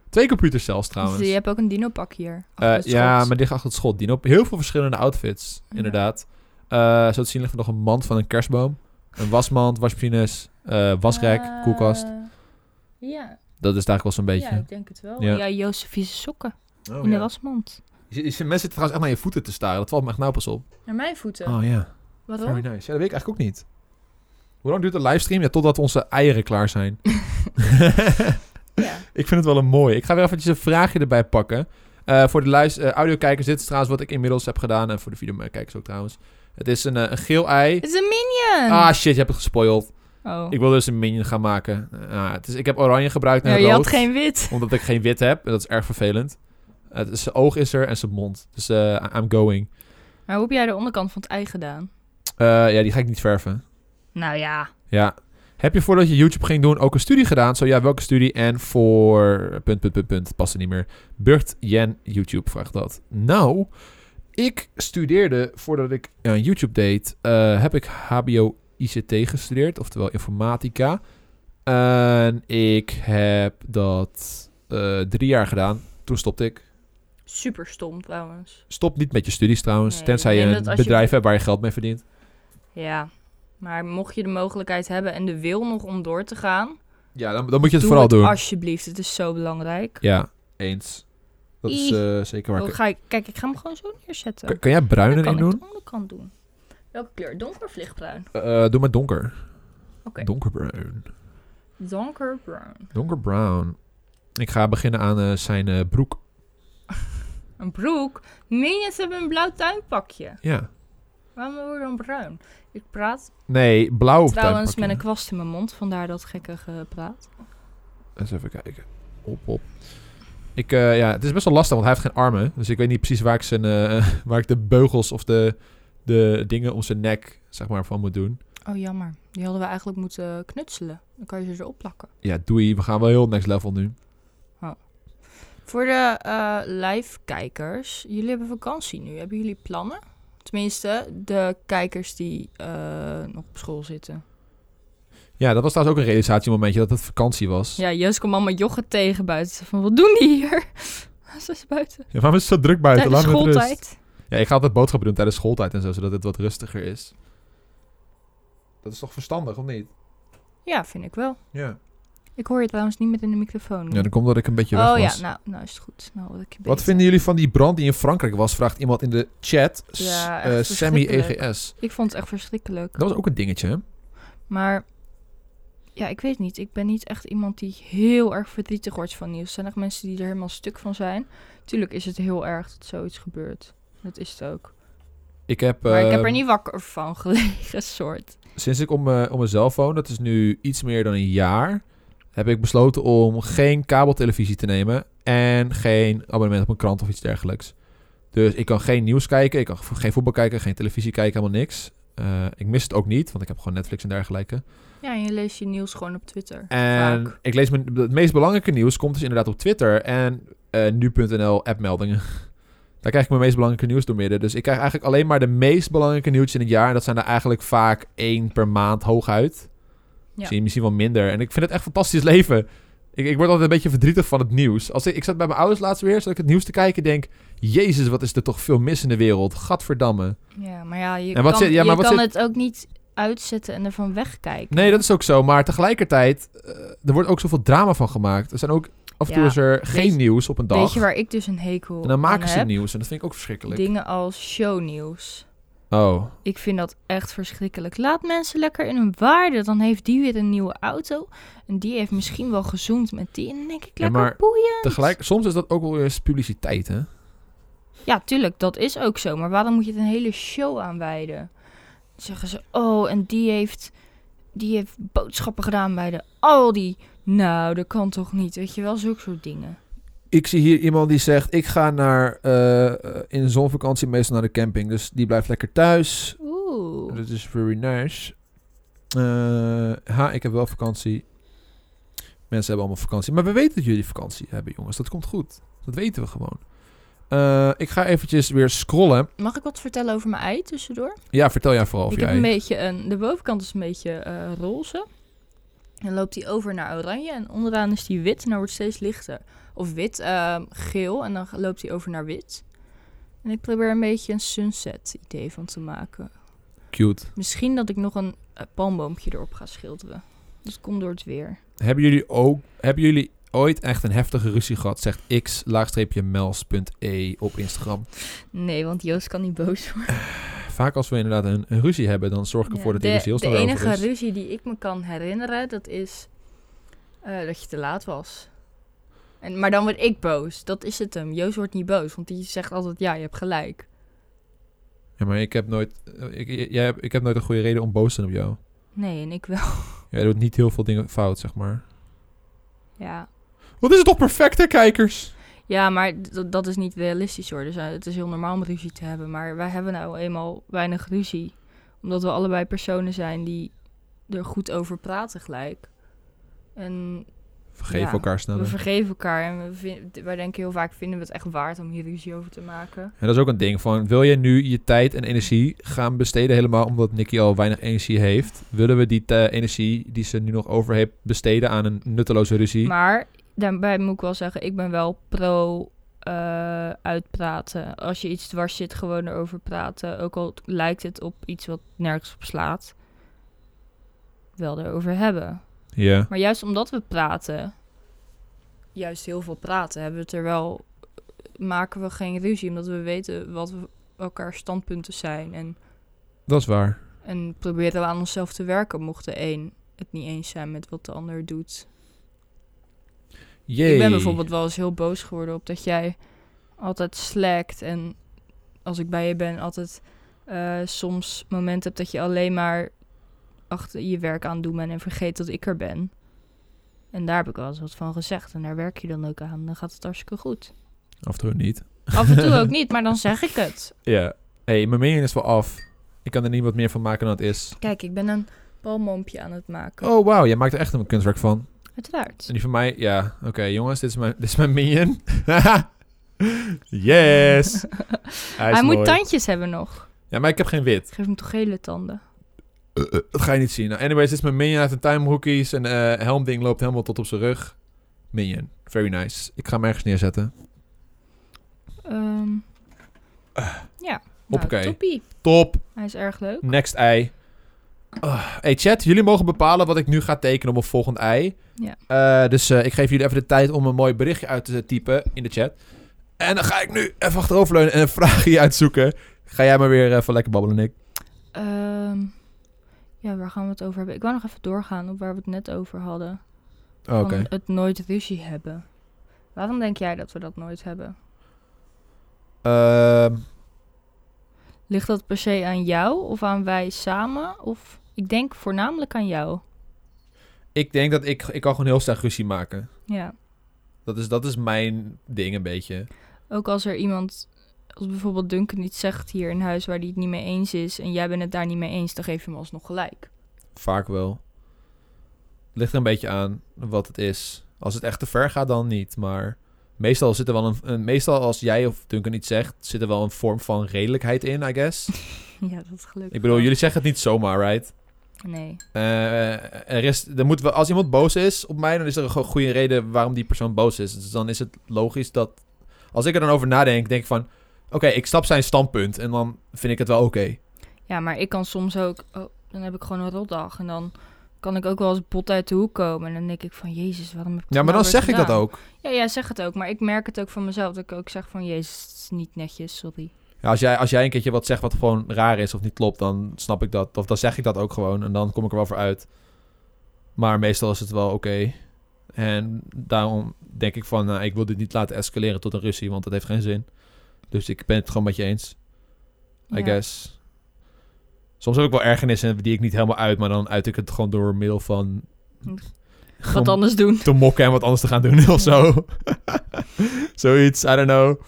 Speaker 1: Twee computers zelfs trouwens.
Speaker 2: Dus je hebt ook een dino-pak hier.
Speaker 1: Eh,
Speaker 2: achter het
Speaker 1: ja,
Speaker 2: schot.
Speaker 1: maar dicht achter het schot. Die op heel veel verschillende outfits,
Speaker 2: Ja.
Speaker 1: inderdaad. Eh, zo te zien ligt er nog een mand van een kerstboom. Een wasmand, wasmachines, eh, wasrek,
Speaker 2: Eh,
Speaker 1: koelkast.
Speaker 2: Ja,
Speaker 1: Dat is het eigenlijk wel zo'n
Speaker 2: ja,
Speaker 1: beetje.
Speaker 2: ik denk het wel.
Speaker 1: Ja.
Speaker 2: Ja, Joost vieze sokken in de wasmand.
Speaker 1: Oh, Je- je- Mensen zitten trouwens echt naar je voeten te staren. Dat valt me echt nauw pas op.
Speaker 2: Naar mijn voeten.
Speaker 1: Oh ja,
Speaker 2: Waarom?
Speaker 1: very nice. Ja, dat weet ik eigenlijk ook niet. Hoe lang duurt de livestream? Ja, totdat onze eieren klaar zijn.
Speaker 2: Ja.
Speaker 1: Ik vind het wel een mooi. Ik ga weer eventjes een vraagje erbij pakken. Eh, voor de luis- eh, audiokijkers, dit is trouwens wat ik inmiddels heb gedaan. En voor de videokijkers ook trouwens. Het is een, eh, een geel ei.
Speaker 2: Het is een minion!
Speaker 1: Ah shit, je hebt het gespoild.
Speaker 2: oh.
Speaker 1: Ik wil dus een minion gaan maken. Ah, het is, ik heb oranje gebruikt en
Speaker 2: ja,
Speaker 1: rood.
Speaker 2: je had geen wit.
Speaker 1: Omdat ik geen wit heb. En dat is erg vervelend. Het is, zijn oog is er en zijn mond. Dus eh, I- I'm going.
Speaker 2: Maar hoe heb jij de onderkant van het ei gedaan?
Speaker 1: Eh, ja, die ga ik niet verven.
Speaker 2: Nou ja.
Speaker 1: Ja. Heb je voordat je YouTube ging doen ook een studie gedaan? Zo ja, welke studie? En voor... Punt, punt, punt, punt. Het past er niet meer. Burt Jen YouTube vraagt dat. Nou, ik studeerde voordat ik eh, YouTube deed... eh, heb ik HBO ICT gestudeerd. Oftewel informatica. En ik heb dat eh, drie jaar gedaan. Toen stopte ik.
Speaker 2: Super stom trouwens.
Speaker 1: Stop niet met je studies trouwens.
Speaker 2: Nee,
Speaker 1: tenzij je
Speaker 2: ik denk
Speaker 1: een
Speaker 2: dat als je-
Speaker 1: bedrijf hebt waar je geld mee verdient.
Speaker 2: Ja. Maar mocht je de mogelijkheid hebben en de wil nog om door te gaan,
Speaker 1: Ja, dan, dan moet je het
Speaker 2: doe
Speaker 1: vooral
Speaker 2: het
Speaker 1: doen.
Speaker 2: alsjeblieft. Het is zo belangrijk.
Speaker 1: Ja, eens. Dat is
Speaker 2: Ie.
Speaker 1: eh, zeker waar.
Speaker 2: Oh, ga ik, kijk, ik ga hem gewoon zo neerzetten.
Speaker 1: Kan, kan jij bruin
Speaker 2: Dan
Speaker 1: erin
Speaker 2: kan ik
Speaker 1: doen?
Speaker 2: de onderkant doen. Welke kleur? Donker of lichtbruin?
Speaker 1: Eh, doe maar donker.
Speaker 2: Oké.
Speaker 1: Donkerbruin.
Speaker 2: Donkerbruin.
Speaker 1: Donkerbruin. Ik ga beginnen aan eh, zijn eh, broek.
Speaker 2: Een broek? Minions hebben een blauw tuinpakje.
Speaker 1: Ja.
Speaker 2: Waarom worden dan bruin? Ik praat
Speaker 1: Nee, blauw of
Speaker 2: trouwens
Speaker 1: tuinpakje.
Speaker 2: met een kwast in mijn mond, vandaar dat gekke gepraat.
Speaker 1: Eens even kijken. Op, op. Ik, eh, ja, het is best wel lastig, want hij heeft geen armen. Dus ik weet niet precies waar ik, zijn, eh, waar ik de beugels of de, de dingen om zijn nek zeg maar, van moet doen.
Speaker 2: Oh, jammer. Die hadden we eigenlijk moeten knutselen. Dan kan je ze erop plakken.
Speaker 1: Ja, doei. We gaan wel heel next level nu.
Speaker 2: Voor de eh live-kijkers, jullie hebben vakantie nu. Hebben jullie plannen? Tenminste, de kijkers die eh, nog op school zitten.
Speaker 1: Ja, dat was trouwens ook een realisatiemomentje dat het vakantie was.
Speaker 2: Ja, Jus kwam allemaal joggen tegen buiten. Ze Van, wat doen die hier? Ze is buiten.
Speaker 1: Ja, waarom is het zo druk buiten?
Speaker 2: Tijdens
Speaker 1: Laat me met rust.
Speaker 2: schooltijd.
Speaker 1: Ja, ik ga altijd boodschappen doen tijdens schooltijd en zo, zodat het wat rustiger is. Dat is toch verstandig, of niet?
Speaker 2: Ja, vind ik wel.
Speaker 1: Ja.
Speaker 2: Ik hoor je trouwens niet meer in de microfoon.
Speaker 1: Ja, dan komt dat ik een beetje weg
Speaker 2: oh
Speaker 1: was.
Speaker 2: ja, nou, nou is het goed. Nou, wat ik je
Speaker 1: Wat
Speaker 2: beter.
Speaker 1: vinden jullie van die brand die in Frankrijk was? Vraagt iemand in de chat. S-
Speaker 2: Ja,
Speaker 1: eh,
Speaker 2: echt
Speaker 1: Sammy
Speaker 2: verschrikkelijk.
Speaker 1: EGS.
Speaker 2: Ik vond het echt verschrikkelijk.
Speaker 1: Dat was ook een dingetje, hè?
Speaker 2: Maar ja, ik weet niet. Ik ben niet echt iemand die heel erg verdrietig wordt van nieuws. Er zijn echt mensen die er helemaal stuk van zijn. Tuurlijk is het heel erg dat zoiets gebeurt. Dat is het ook.
Speaker 1: Ik heb,
Speaker 2: Maar ik heb
Speaker 1: ehm,
Speaker 2: er niet wakker van gelegen, soort.
Speaker 1: sinds ik om, mijn om mijn cell phone, dat is nu iets meer dan een jaar, heb ik besloten om geen kabeltelevisie te nemen en geen abonnement op een krant of iets dergelijks. Dus ik kan geen nieuws kijken, ik kan vo- geen voetbal kijken, geen televisie kijken, helemaal niks. Eh, ik mis het ook niet, want ik heb gewoon Netflix en dergelijke.
Speaker 2: Ja, en je leest je nieuws gewoon op Twitter.
Speaker 1: En
Speaker 2: Vaak.
Speaker 1: ik lees mijn, het meest belangrijke nieuws komt dus inderdaad op Twitter en eh, nu.nl appmeldingen. Daar krijg ik mijn meest belangrijke nieuws door midden. Dus ik krijg eigenlijk alleen maar de meest belangrijke nieuwtjes in het jaar. En dat zijn er eigenlijk vaak één per maand hooguit. Misschien, misschien wel minder. En ik vind het echt fantastisch leven. Ik, ik word altijd een beetje verdrietig van het nieuws. Als ik, ik zat bij mijn ouders laatst weer, zat ik het nieuws te kijken denk... Jezus, wat is er toch veel mis in de wereld. Gadverdamme.
Speaker 2: Ja, maar ja, je
Speaker 1: En wat
Speaker 2: kan,
Speaker 1: zit- ja, maar
Speaker 2: je
Speaker 1: wat
Speaker 2: kan
Speaker 1: zit-
Speaker 2: het ook niet uitzetten en ervan wegkijken.
Speaker 1: Nee, dat is ook zo. Maar tegelijkertijd, eh, er wordt ook zoveel drama van gemaakt. Er zijn ook... Af en toe
Speaker 2: Ja,
Speaker 1: is er geen
Speaker 2: je-
Speaker 1: nieuws op een dag.
Speaker 2: Weet je waar ik dus een hekel
Speaker 1: En dan maken
Speaker 2: aan
Speaker 1: ze
Speaker 2: heb?
Speaker 1: nieuws en dat vind ik ook verschrikkelijk.
Speaker 2: Dingen als shownieuws.
Speaker 1: Oh,
Speaker 2: Ik vind dat echt verschrikkelijk. Laat mensen lekker in hun waarde. Dan heeft die weer een nieuwe auto. En die heeft misschien wel gezoomd met die. En dan denk ik,
Speaker 1: Ja,
Speaker 2: lekker
Speaker 1: maar
Speaker 2: boeien.
Speaker 1: tegelijk, soms is dat ook wel weer eens publiciteit, hè?
Speaker 2: Ja, tuurlijk, dat is ook zo. Maar waarom moet je het een hele show aanwijden? Dan zeggen ze, oh, en die heeft, die heeft boodschappen gedaan bij de Aldi. Nou, dat kan toch niet? Weet je wel, zulke soort dingen.
Speaker 1: Ik zie hier iemand die zegt, ik ga naar, eh, eh, in de zonvakantie meestal naar de camping. Dus die blijft lekker thuis.
Speaker 2: Oeh.
Speaker 1: Dat is very nice. Eh, ha, ik heb wel vakantie. Mensen hebben allemaal vakantie. Maar we weten dat jullie vakantie hebben, jongens. Dat komt goed. Dat weten we gewoon. Eh, ik ga eventjes weer scrollen.
Speaker 2: Mag ik wat vertellen over mijn ei tussendoor?
Speaker 1: Ja, vertel jij vooral of
Speaker 2: ik
Speaker 1: jij...
Speaker 2: heb een beetje een. De bovenkant is een beetje eh, roze. Dan loopt die over naar oranje. En onderaan is die wit. En dan wordt het steeds lichter. Of wit, ehm, geel. En dan loopt die over naar wit. En ik probeer een beetje een sunset idee van te maken.
Speaker 1: Cute.
Speaker 2: Misschien dat ik nog een eh, palmboompje erop ga schilderen. Dat komt door het weer.
Speaker 1: Hebben jullie ook, hebben jullie ooit echt een heftige ruzie gehad? Zegt x-mels.e e op Instagram.
Speaker 2: Nee, want Joost kan niet boos worden.
Speaker 1: Vaak als we inderdaad een, een ruzie hebben, dan zorg ik ervoor dat die
Speaker 2: de
Speaker 1: ruzie heel
Speaker 2: de
Speaker 1: snel over
Speaker 2: enige
Speaker 1: is.
Speaker 2: ruzie die ik me kan herinneren, dat is eh, dat je te laat was. En, maar dan word ik boos. Dat is het hem. Joost wordt niet boos, want die zegt altijd, ja, je hebt gelijk.
Speaker 1: Ja, maar ik heb nooit, eh, ik, j- jij, hebt- ik heb nooit een goede reden om boos te zijn op jou.
Speaker 2: Nee, en ik wel.
Speaker 1: Jij doet niet heel veel dingen fout, zeg maar.
Speaker 2: Ja,
Speaker 1: Wat is het toch perfect, hè, kijkers?
Speaker 2: ja maar d- dat is niet realistisch hoor. Dus eh, het is heel normaal om ruzie te hebben. Maar wij hebben nou eenmaal weinig ruzie. Omdat we allebei personen zijn die er goed over praten gelijk. En
Speaker 1: Vergeef
Speaker 2: Ja,
Speaker 1: elkaar
Speaker 2: we
Speaker 1: sneller.
Speaker 2: vergeven elkaar. En we vin- wij denken heel vaak, vinden we het echt waard om hier ruzie over te maken?
Speaker 1: En dat is ook een ding van, wil je nu je tijd en energie gaan besteden helemaal omdat Nicky al weinig energie heeft? Willen we die eh, energie die ze nu nog over heeft besteden aan een nutteloze ruzie?
Speaker 2: Maar daarbij moet ik wel zeggen, ik ben wel pro eh, uitpraten. Als je iets dwars zit, gewoon erover praten. Ook al lijkt het op iets wat nergens op slaat. wel erover hebben.
Speaker 1: Ja.
Speaker 2: Maar juist omdat we praten, juist heel veel praten, hebben we het er wel, maken we geen ruzie, omdat we weten wat we, elkaar standpunten zijn. En,
Speaker 1: Dat is waar.
Speaker 2: en proberen we aan onszelf te werken, mocht de een het niet eens zijn met wat de ander doet.
Speaker 1: Jee.
Speaker 2: Ik ben bijvoorbeeld wel eens heel boos geworden op dat jij altijd slackt. En als ik bij je ben, altijd eh, soms momenten hebt dat je alleen maar achter je werk aan het doen bent en vergeet dat ik er ben. En daar heb ik wel eens wat van gezegd. En daar werk je dan ook aan. Dan gaat het hartstikke goed.
Speaker 1: Af en toe niet.
Speaker 2: Af en toe ook niet, maar dan zeg ik het.
Speaker 1: Ja. hey, mijn mening is wel af. Ik kan er niet wat meer van maken dan het is.
Speaker 2: Kijk, ik ben een palmompje aan het maken.
Speaker 1: Oh, wauw. Jij maakt er echt een kunstwerk van.
Speaker 2: Uiteraard.
Speaker 1: En die van mij... Ja. Oké, jongens. Dit is mijn, dit is mijn minion. yes. Hij,
Speaker 2: Hij,
Speaker 1: is mooi.
Speaker 2: moet tandjes hebben nog.
Speaker 1: Ja, maar ik heb geen wit.
Speaker 2: Geef hem toch gele tanden.
Speaker 1: Dat ga je niet zien. Nou, anyways, dit is mijn minion uit de Time Rookies. En eh helmding loopt helemaal tot op zijn rug. Minion. Very nice. Ik ga hem ergens neerzetten.
Speaker 2: Nou, Ehm ja.
Speaker 1: Ah. hoppakee.
Speaker 2: Nou, toppie.
Speaker 1: Top.
Speaker 2: Hij is erg leuk.
Speaker 1: Next ei. Ah, hey chat, jullie mogen bepalen wat ik nu ga tekenen op een volgend ei.
Speaker 2: Ja.
Speaker 1: Eh, dus eh, ik geef jullie even de tijd om een mooi berichtje uit te typen in de chat. En dan ga ik nu even achteroverleunen en een vraagje uitzoeken. Ga jij maar weer even lekker babbelen, Nick.
Speaker 2: Ehm, ja, waar gaan we het over hebben? Ik wou nog even doorgaan op waar we het net over hadden.
Speaker 1: Oh, Oké.
Speaker 2: Van Het nooit ruzie hebben. Waarom denk jij dat we dat nooit hebben?
Speaker 1: Ehm,
Speaker 2: Ligt dat per se aan jou of aan wij samen? Of ik denk voornamelijk aan jou.
Speaker 1: ik denk dat ik... Ik kan gewoon heel snel ruzie maken.
Speaker 2: Ja.
Speaker 1: Dat is, dat is mijn ding een beetje.
Speaker 2: Ook als er iemand, als bijvoorbeeld Duncan iets zegt hier in huis waar hij het niet mee eens is en jij bent het daar niet mee eens, dan geef je hem alsnog gelijk.
Speaker 1: Vaak wel. Ligt er een beetje aan wat het is. Als het echt te ver gaat, dan niet. Maar meestal zit er wel een, een- Meestal als jij of Duncan iets zegt, zit er wel een vorm van redelijkheid in, I guess.
Speaker 2: ja, dat is gelukkig.
Speaker 1: Ik bedoel,
Speaker 2: wel.
Speaker 1: jullie zeggen het niet zomaar, right?
Speaker 2: Nee.
Speaker 1: Eh, er is, er moet wel, als iemand boos is op mij, dan is er een go- goede reden waarom die persoon boos is. Dus dan is het logisch dat. Als ik er dan over nadenk, denk ik van. Oké, ik snap zijn standpunt en dan vind ik het wel oké.
Speaker 2: Ja, maar ik kan soms ook... Oh, dan heb ik gewoon een rotdag. En dan kan ik ook wel eens bot uit de hoek komen. En dan denk ik van... Jezus, waarom heb ik nou
Speaker 1: Ja, maar dan zeg ik dat ook.
Speaker 2: Ja, jij zegt het ook. Maar ik merk het ook van mezelf. Dat ik ook zeg van... Jezus, het is niet netjes, sorry.
Speaker 1: Ja, als, jij, als jij een keertje wat zegt wat gewoon raar is of niet klopt, dan snap ik dat. Of dan zeg ik dat ook gewoon en dan kom ik er wel voor uit. Maar meestal is het wel oké. En daarom denk ik van, nou, ik wil dit niet laten escaleren tot een ruzie, want dat heeft geen zin. Dus ik ben het gewoon met je eens, I
Speaker 2: Ja.
Speaker 1: guess. Soms heb ik wel ergernissen die ik niet helemaal uit, maar dan uit ik het gewoon door middel van...
Speaker 2: Wat anders doen.
Speaker 1: Te mokken en wat anders te gaan doen of zo. Zoiets, I don't know.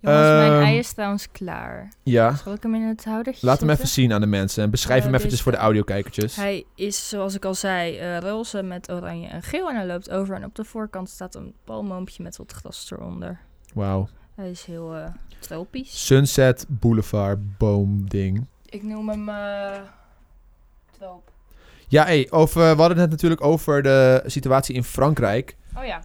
Speaker 2: Jongens, mijn
Speaker 1: Ehm.
Speaker 2: ei is trouwens klaar.
Speaker 1: Ja.
Speaker 2: Zal ik hem in het houdertje
Speaker 1: Laat hem even
Speaker 2: zetten?
Speaker 1: zien aan de mensen. En beschrijf
Speaker 2: Eh,
Speaker 1: hem eventjes
Speaker 2: deze-
Speaker 1: voor de audiokijkertjes.
Speaker 2: Hij is, zoals ik al zei, eh, roze met oranje en geel. En hij loopt over. En op de voorkant staat een palmoompje met wat gras eronder.
Speaker 1: Wauw.
Speaker 2: Hij is heel eh, tropisch.
Speaker 1: Sunset Boulevard boomding.
Speaker 2: Ik noem hem... eh troop.
Speaker 1: Ja, hey, over, we hadden het net natuurlijk over de situatie in Frankrijk.
Speaker 2: Oh ja.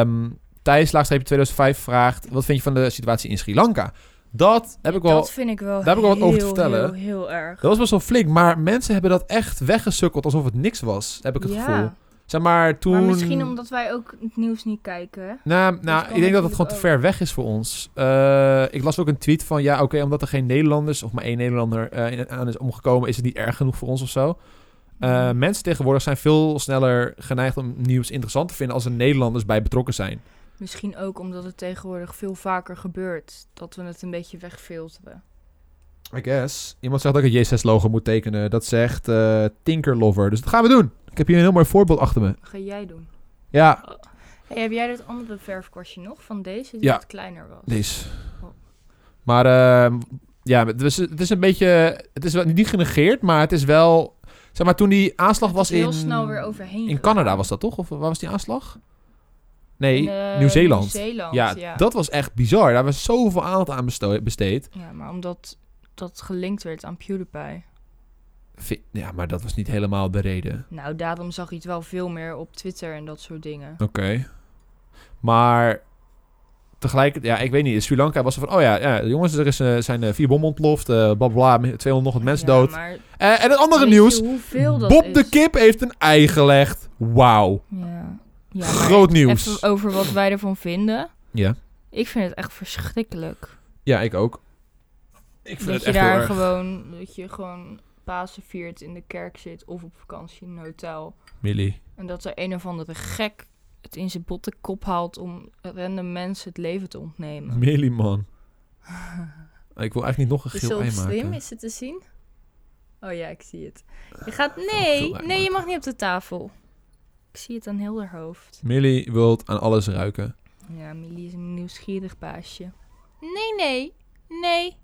Speaker 1: Ehm Thijs, laagstreepje 2005, vraagt... Wat vind je van de situatie in Sri Lanka? Dat heb ik wel...
Speaker 2: Dat vind ik wel
Speaker 1: daar heb ik wel wat over te
Speaker 2: heel,
Speaker 1: vertellen.
Speaker 2: Heel, heel erg.
Speaker 1: Dat was best wel flink, maar mensen hebben dat echt weggesukkeld alsof het niks was, heb ik het
Speaker 2: ja,
Speaker 1: gevoel. Zeg maar, toen...
Speaker 2: maar misschien omdat wij ook het nieuws niet kijken.
Speaker 1: Nou,
Speaker 2: kan
Speaker 1: nou ik denk dat het
Speaker 2: natuurlijk
Speaker 1: gewoon te
Speaker 2: ook.
Speaker 1: ver weg is voor ons. Eh, ik las ook een tweet van, ja, oké, omdat er geen Nederlanders of maar één Nederlander eh, in- aan is omgekomen, is het niet erg genoeg voor ons of zo. Eh, mensen tegenwoordig zijn veel sneller geneigd om nieuws interessant te vinden als er Nederlanders bij betrokken zijn.
Speaker 2: Misschien ook omdat het tegenwoordig veel vaker gebeurt. Dat we het een beetje wegfilteren.
Speaker 1: I guess. Iemand zegt dat ik het J6-logo moet tekenen. Dat zegt eh, Tinker Lover. Dus dat gaan we doen. Ik heb hier een heel mooi voorbeeld achter me.
Speaker 2: Ga jij doen.
Speaker 1: Ja,
Speaker 2: Hey, heb jij dat andere verfkorstje nog van deze die
Speaker 1: Ja.
Speaker 2: wat kleiner was?
Speaker 1: Deze.
Speaker 2: Oh.
Speaker 1: Maar ehm, ja, het is, het is een beetje... Het is wel niet genegeerd, maar het is wel... Zeg maar, toen die aanslag
Speaker 2: Het
Speaker 1: was
Speaker 2: is heel
Speaker 1: in...
Speaker 2: snel weer overheen.
Speaker 1: In Canada was dat toch? Of waar was die aanslag? Nee,
Speaker 2: In, eh,
Speaker 1: Nieuw-Zeeland.
Speaker 2: Nieuw-Zeeland,
Speaker 1: ja,
Speaker 2: ja. Ja.
Speaker 1: dat was echt bizar. Daar was zoveel aandacht aan besto- besteed.
Speaker 2: maar omdat dat gelinkt werd aan PewDiePie.
Speaker 1: Vi- Ja, maar dat was niet helemaal de reden.
Speaker 2: Nou, daarom zag je het wel veel meer op Twitter en dat soort dingen.
Speaker 1: Oké. Maar... tegelijkertijd, ja, ik weet niet, in Sri Lanka was er van, oh ja, ja jongens, er is, eh, zijn eh, vier bommen ontploft, eh bla bla, 200 nog wat mensen
Speaker 2: Ja,
Speaker 1: dood.
Speaker 2: maar
Speaker 1: Eh, en het andere
Speaker 2: weet je
Speaker 1: nieuws,
Speaker 2: hoeveel dat
Speaker 1: Bob de
Speaker 2: is?
Speaker 1: Kip heeft een ei gelegd. Wauw.
Speaker 2: Ja. Ja, maar
Speaker 1: Groot nieuws.
Speaker 2: Even over wat wij ervan vinden.
Speaker 1: Ja.
Speaker 2: Ik vind het echt verschrikkelijk.
Speaker 1: Ja, ik ook. Ik vind
Speaker 2: dat
Speaker 1: het
Speaker 2: je
Speaker 1: echt heel
Speaker 2: daar
Speaker 1: erg.
Speaker 2: gewoon, dat je gewoon Pasen viert, in de kerk zit of op vakantie in een hotel.
Speaker 1: Millie.
Speaker 2: En dat er een of andere gek het in zijn botte kop haalt om random mensen het leven te ontnemen.
Speaker 1: Millie, man. Ik wil eigenlijk niet nog een
Speaker 2: Is
Speaker 1: geel
Speaker 2: zo
Speaker 1: ei
Speaker 2: slim?
Speaker 1: maken.
Speaker 2: Is het te zien? Oh ja, ik zie het. Je gaat,
Speaker 1: veel
Speaker 2: nee,
Speaker 1: ei
Speaker 2: nee, je mag niet op de tafel. Ik zie het aan heel haar hoofd.
Speaker 1: Millie wil aan alles ruiken.
Speaker 2: Ja, Millie is een nieuwsgierig baasje. Nee, nee, nee.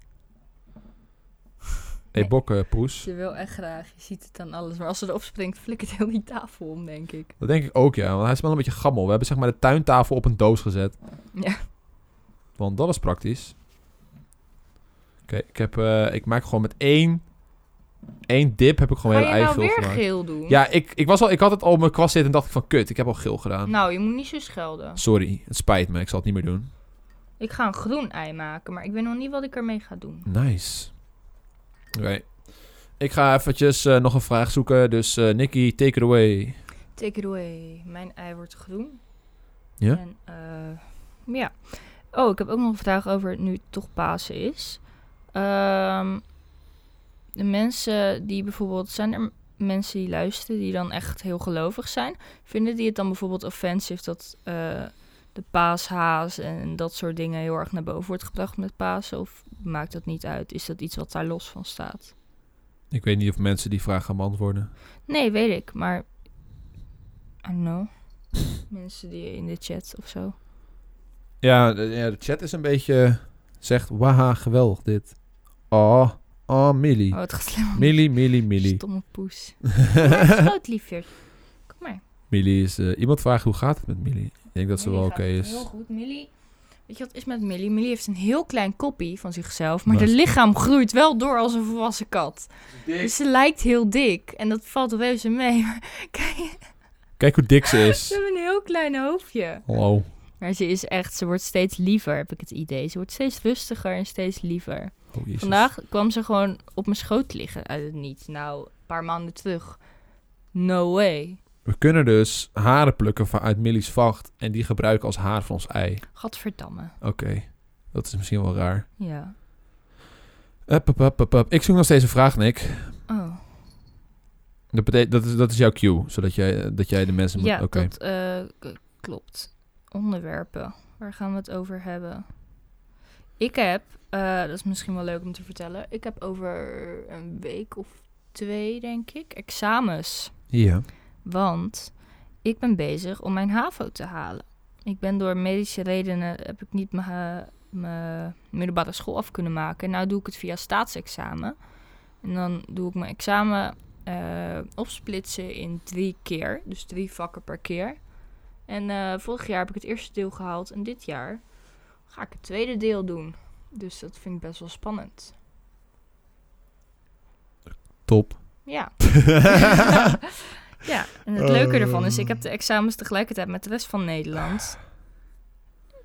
Speaker 1: Hé,
Speaker 2: Nee.
Speaker 1: bokken, poes.
Speaker 2: Ze wil echt graag, je ziet het aan alles. Maar als ze erop springt, flikkert heel die tafel om, denk ik.
Speaker 1: Dat denk ik ook, ja. Want hij is wel een beetje gammel. We hebben zeg maar de tuintafel op een doos gezet.
Speaker 2: Ja.
Speaker 1: Want dat is praktisch. Oké, ik heb... eh, ik maak gewoon met één... één dip heb ik gewoon
Speaker 2: Ga
Speaker 1: mijn
Speaker 2: je
Speaker 1: hele ei
Speaker 2: nou
Speaker 1: geel
Speaker 2: weer
Speaker 1: gemaakt.
Speaker 2: geel doen?
Speaker 1: Ja, ik, ik, was al, ik had het al op mijn kwast zitten en dacht ik van... Kut, ik heb al geel gedaan.
Speaker 2: Nou, je moet niet zo schelden.
Speaker 1: Sorry, het spijt me. Ik zal het niet meer doen.
Speaker 2: Ik ga een groen ei maken, maar ik weet nog niet wat ik ermee ga doen.
Speaker 1: Nice. Oké. Ik ga eventjes eh, nog een vraag zoeken. Dus eh Nicky, take it away.
Speaker 2: Take it away. Mijn ei wordt groen.
Speaker 1: Ja?
Speaker 2: En, eh, ja. Oh, ik heb ook nog een vraag over het nu toch Pasen is. Ehm, de mensen die bijvoorbeeld... Zijn er mensen die luisteren die dan echt heel gelovig zijn? Vinden die het dan bijvoorbeeld offensive dat eh, de paashaas en dat soort dingen heel erg naar boven wordt gebracht met Pasen? Of maakt dat niet uit? Is dat iets wat daar los van staat?
Speaker 1: Ik weet niet of mensen die vraag gaan beantwoorden.
Speaker 2: Nee, weet ik, maar... I don't know. Mensen die in de chat of zo.
Speaker 1: Ja, de, ja, de chat is een beetje... Zegt, waha, geweldig dit. Oh, oh, Millie.
Speaker 2: Oh, het gaat slim.
Speaker 1: Millie, Millie, Millie.
Speaker 2: Stomme poes. Maar groot liefje. Kom maar.
Speaker 1: Millie is... eh, iemand vraagt, hoe gaat het met Millie? Ik denk dat ze wel oké
Speaker 2: Heel
Speaker 1: is.
Speaker 2: goed, Millie. Weet je wat is met Millie? Millie heeft een heel klein kopje van zichzelf, maar
Speaker 1: Maar
Speaker 2: haar
Speaker 1: ze-
Speaker 2: lichaam groeit wel door als een volwassen kat. Dus ze lijkt heel dik en dat valt reuze mee. Maar kijk,
Speaker 1: Kijk hoe dik ze
Speaker 2: ze
Speaker 1: is.
Speaker 2: heeft een heel klein hoofdje.
Speaker 1: Hallo.
Speaker 2: Maar ze is echt, ze wordt steeds liever, heb ik het idee. Ze wordt steeds rustiger en steeds liever.
Speaker 1: Oh, jezus.
Speaker 2: Vandaag kwam ze gewoon op mijn schoot liggen uit het niets. Nou, een paar maanden terug. No way.
Speaker 1: We kunnen dus haren plukken van- uit Millie's vacht... en die gebruiken als haar van ons ei.
Speaker 2: Gadverdamme.
Speaker 1: Oké, dat is misschien wel raar.
Speaker 2: Ja.
Speaker 1: Up, up, up, up, up. Ik zoek nog steeds een vraag, Nick.
Speaker 2: Oh.
Speaker 1: Dat, betekent, dat, is, dat is jouw cue, zodat jij, dat jij de mensen moet...
Speaker 2: Ja,
Speaker 1: Oké.
Speaker 2: dat eh, k- klopt. Onderwerpen. Waar gaan we het over hebben? Ik heb, eh, dat is misschien wel leuk om te vertellen. Ik heb over een week of twee, denk ik, examens.
Speaker 1: Ja.
Speaker 2: Want ik ben bezig om mijn HAVO te halen. Ik ben door medische redenen heb ik niet mijn eh, mijn middelbare school af kunnen maken. Nou doe ik het via staatsexamen. En dan doe ik mijn examen eh, opsplitsen in drie keer. Dus drie vakken per keer. En eh, vorig jaar heb ik het eerste deel gehaald. En dit jaar ga ik het tweede deel doen. Dus dat vind ik best wel spannend.
Speaker 1: Top.
Speaker 2: Ja. ja, en het leuke ervan is, ik heb de examens tegelijkertijd met de rest van Nederland.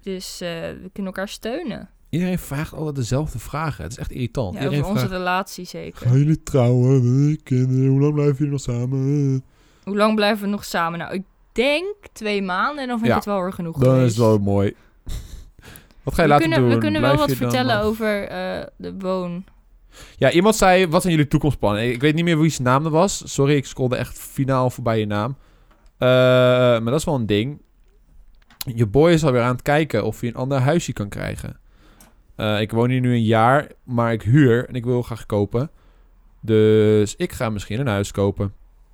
Speaker 2: Dus eh, we kunnen elkaar steunen.
Speaker 1: Iedereen vraagt altijd dezelfde vragen. Het is echt irritant.
Speaker 2: Ja,
Speaker 1: Iedereen
Speaker 2: over onze
Speaker 1: vraagt...
Speaker 2: relatie zeker.
Speaker 1: Gaan jullie trouwen? Kinderen, hoe lang blijven jullie nog samen?
Speaker 2: Hoe lang blijven we nog samen? Nou, ik denk twee maanden en dan vind
Speaker 1: Ja,
Speaker 2: ik het wel weer genoeg
Speaker 1: Dat
Speaker 2: geweest.
Speaker 1: is wel mooi. Wat ga je
Speaker 2: we
Speaker 1: laten
Speaker 2: kunnen,
Speaker 1: doen?
Speaker 2: we kunnen wel
Speaker 1: Blijf
Speaker 2: wat
Speaker 1: je dan
Speaker 2: vertellen
Speaker 1: nog-
Speaker 2: over eh, de woon.
Speaker 1: Ja, iemand zei, wat zijn jullie toekomstplannen? Ik, ik weet niet meer wie zijn naam dat was. Sorry, ik scrolde echt finaal voorbij je naam. Eh, maar dat is wel een ding. Je boy is alweer aan het kijken of hij een ander huisje kan krijgen. Eh, ik woon hier nu een jaar, maar ik huur en ik wil graag kopen. Dus ik ga misschien een huis kopen.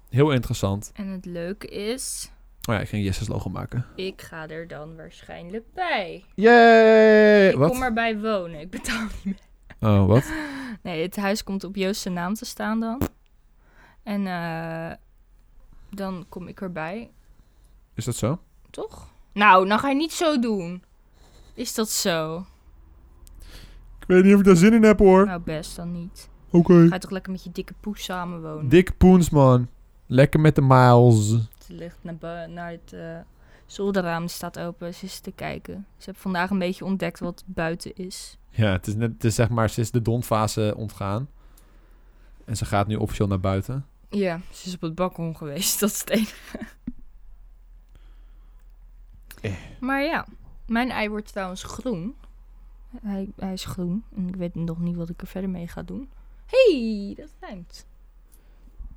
Speaker 1: Heel interessant.
Speaker 2: En het leuke is,
Speaker 1: Oh ja, ik ging Jesse's logo maken.
Speaker 2: ik ga er dan waarschijnlijk bij.
Speaker 1: Yay!
Speaker 2: ik
Speaker 1: Eh, Wat?
Speaker 2: kom erbij wonen, ik betaal niet meer.
Speaker 1: Oh, wat?
Speaker 2: Nee, het huis komt op Joost's naam te staan dan. En eh, dan kom ik erbij,
Speaker 1: Is dat zo?
Speaker 2: toch? Nou, nou ga je niet zo doen. Is dat zo?
Speaker 1: Ik weet niet of ik daar zin in heb hoor.
Speaker 2: Nou, best dan niet.
Speaker 1: Oké.
Speaker 2: Ga je toch lekker met je dikke poes samenwonen?
Speaker 1: Dick Poens, man. Lekker met de miles.
Speaker 2: Ze ligt naar, bui- naar het eh, zolderraam staat open. Ze is te kijken. Ze heeft vandaag een beetje ontdekt wat buiten is.
Speaker 1: Ja, het is, net, het is zeg maar, ze is de donfase ontgaan. En ze gaat nu officieel naar buiten.
Speaker 2: Ja, ze is op het balkon geweest. Dat is het enige.
Speaker 1: Eh.
Speaker 2: Maar ja, mijn ei wordt trouwens groen. Hij, hij is groen. En ik weet nog niet wat ik er verder mee ga doen. hey, dat ruimt.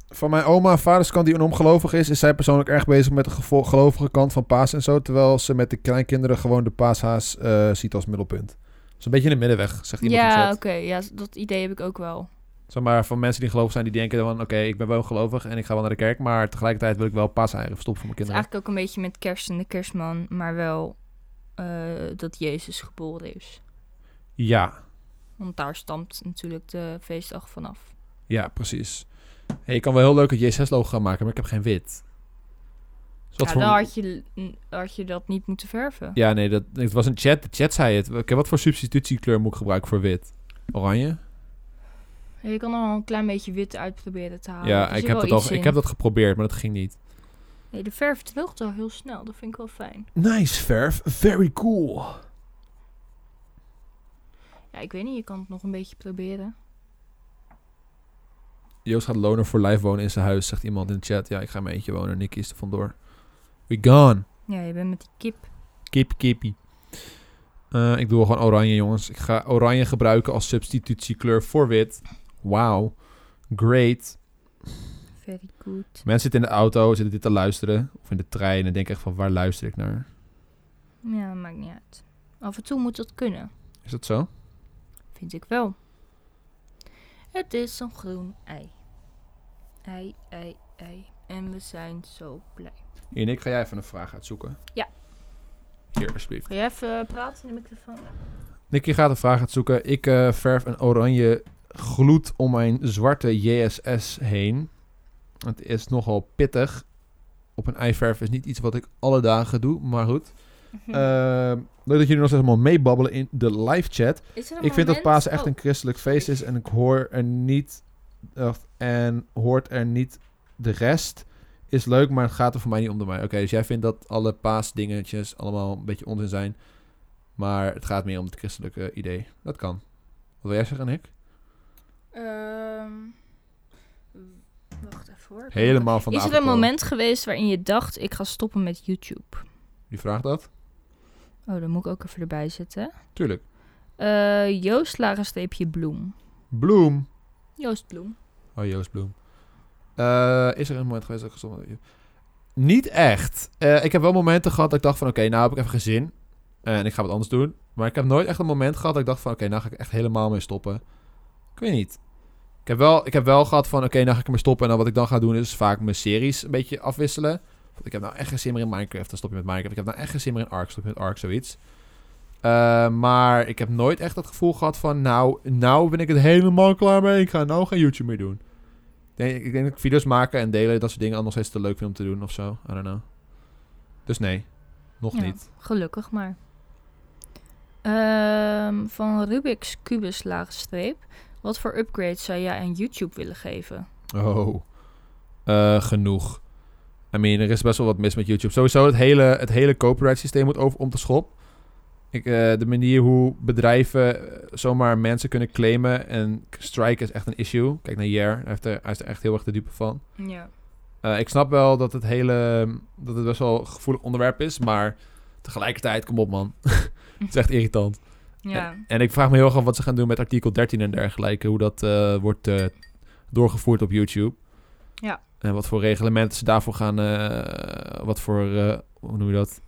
Speaker 1: Van mijn oma en vaderskant die een ongelovig is, is zij persoonlijk erg bezig met de gevo- gelovige kant van paas en zo. Terwijl ze met de kleinkinderen gewoon de paashaas eh, ziet als middelpunt. Dat is een beetje in de middenweg, zegt iemand in
Speaker 2: Ja,
Speaker 1: chat.
Speaker 2: oké. ja, dat idee heb ik ook wel.
Speaker 1: Zeg maar, van mensen die gelovig zijn, die denken dan van... Oké, ik ben wel gelovig en ik ga wel naar de kerk. Maar tegelijkertijd wil ik wel paaseieren verstoppen voor mijn
Speaker 2: Het
Speaker 1: kinderen.
Speaker 2: is eigenlijk ook een beetje met kerst en de kerstman, maar wel eh, dat Jezus geboren is.
Speaker 1: Ja,
Speaker 2: Want daar stamt natuurlijk de feestdag vanaf.
Speaker 1: Ja, precies. Hey, je kan wel heel leuk het JSS-logo gaan maken, maar ik heb geen wit. Dus wat
Speaker 2: Ja,
Speaker 1: voor-
Speaker 2: dan had je, had je dat niet moeten verven.
Speaker 1: ja, nee, dat, het was een chat. De chat zei het. Oké, wat voor substitutiekleur moet ik gebruiken voor wit? Oranje?
Speaker 2: Je kan er al een klein beetje wit uit proberen te halen. Er
Speaker 1: ja,
Speaker 2: zit
Speaker 1: ik heb,
Speaker 2: Ah,
Speaker 1: dat
Speaker 2: wel
Speaker 1: al,
Speaker 2: iets
Speaker 1: ik
Speaker 2: in.
Speaker 1: heb dat geprobeerd, maar dat ging niet.
Speaker 2: Nee, de verf droogt al heel snel. Dat vind ik wel fijn.
Speaker 1: Nice, verf. Very cool.
Speaker 2: Ja, ik weet niet. Je kan het nog een beetje proberen.
Speaker 1: Joost gaat loner voor live wonen in zijn huis, zegt iemand in de chat. Ja, ik ga in mijn eentje wonen. Nicky is er vandoor. We gone.
Speaker 2: Ja, je bent met die kip.
Speaker 1: Kip, kippie. Eh, ik doe gewoon oranje, jongens. Ik ga oranje gebruiken als substitutiekleur voor wit. Wauw. Great.
Speaker 2: Very good.
Speaker 1: Mensen zitten in de auto, zitten dit te luisteren. Of in de trein en denken echt van, waar luister ik naar?
Speaker 2: Ja, maakt niet uit. Af en toe moet dat kunnen.
Speaker 1: Is dat zo?
Speaker 2: Vind ik wel. Het is een groen ei. Ei, ei, ei. En we zijn zo blij.
Speaker 1: En ik ga jij even een vraag uitzoeken?
Speaker 2: Ja.
Speaker 1: Hier, alsjeblieft.
Speaker 2: Ga je even praten in de microfoon?
Speaker 1: Nicky gaat een vraag uitzoeken. Ik eh, verf een oranje gloed om mijn zwarte JSS heen. Het is nogal pittig. Op een eiverf is niet iets wat ik alle dagen doe, maar goed.
Speaker 2: Hm.
Speaker 1: Ehm, leuk dat jullie nog steeds allemaal meebabbelen in de live chat.
Speaker 2: Is er een
Speaker 1: Ik vind dat
Speaker 2: moment-
Speaker 1: Pasen echt
Speaker 2: Oh,
Speaker 1: een christelijk feest is en ik hoor er niet of, en hoort er niet de rest. Is leuk, maar het gaat er voor mij niet om de mij. Oké, dus jij vindt dat alle paasdingetjes allemaal een beetje onzin zijn. Maar het gaat meer om het christelijke idee. Dat kan. Wat wil jij zeggen, Nick?
Speaker 2: ehm, w- wacht even hoor.
Speaker 1: Helemaal van de
Speaker 2: Is er een
Speaker 1: avondkoren.
Speaker 2: moment geweest waarin je dacht, ik ga stoppen met YouTube?
Speaker 1: Wie vraagt dat?
Speaker 2: Oh, dan moet ik ook even erbij zetten.
Speaker 1: Tuurlijk.
Speaker 2: Eh Joost lagenstreepje bloem.
Speaker 1: Bloem.
Speaker 2: Joost bloem.
Speaker 1: Oh, Joost Bloem. Eh, is er een moment geweest dat ik gezond heb? Niet echt. Eh, ik heb wel momenten gehad dat ik dacht van... Oké, nou heb ik even geen zin. En ik ga wat anders doen. Maar ik heb nooit echt een moment gehad dat ik dacht van... Oké, nou ga ik echt helemaal mee stoppen. Ik weet niet. Ik heb wel, ik heb wel gehad van... Oké, nou ga ik ermee stoppen. En dan wat ik dan ga doen is vaak mijn series een beetje afwisselen. Want Ik heb nou echt geen zin meer in Minecraft. Dan stop je met Minecraft. Ik heb nou echt geen zin meer in Ark. Stop je met Ark, zoiets. Eh, maar ik heb nooit echt dat gevoel gehad van... Nou, nou ben ik het helemaal klaar mee. Ik ga nou geen YouTube meer doen. Ik denk, ik denk dat ik video's maken en delen, dat soort dingen, al nog steeds te leuk vind om te doen of zo. I don't know. Dus nee, nog
Speaker 2: Ja.
Speaker 1: niet.
Speaker 2: Gelukkig maar. Ehm, van Rubik's Cubus laagstreep. Wat voor upgrades zou jij aan YouTube willen geven?
Speaker 1: Oh. Eh, genoeg. I mean, er is best wel wat mis met YouTube. Sowieso het hele, het hele copyright systeem moet over om te schop. Ik, eh, de manier hoe bedrijven eh, zomaar mensen kunnen claimen en strike is echt een issue. Kijk naar Jer, hij, heeft er, hij is er echt heel erg de dupe van.
Speaker 2: Ja.
Speaker 1: Eh, ik snap wel dat het hele, dat het best wel een gevoelig onderwerp is, maar tegelijkertijd, kom op man. het is echt irritant.
Speaker 2: Ja.
Speaker 1: En ik vraag me heel erg af wat ze gaan doen met artikel 13 en dergelijke. Hoe dat eh, wordt eh, doorgevoerd op YouTube.
Speaker 2: Ja.
Speaker 1: En wat voor reglementen ze daarvoor gaan... eh, wat voor... eh, hoe noem je dat?
Speaker 2: Hoe ze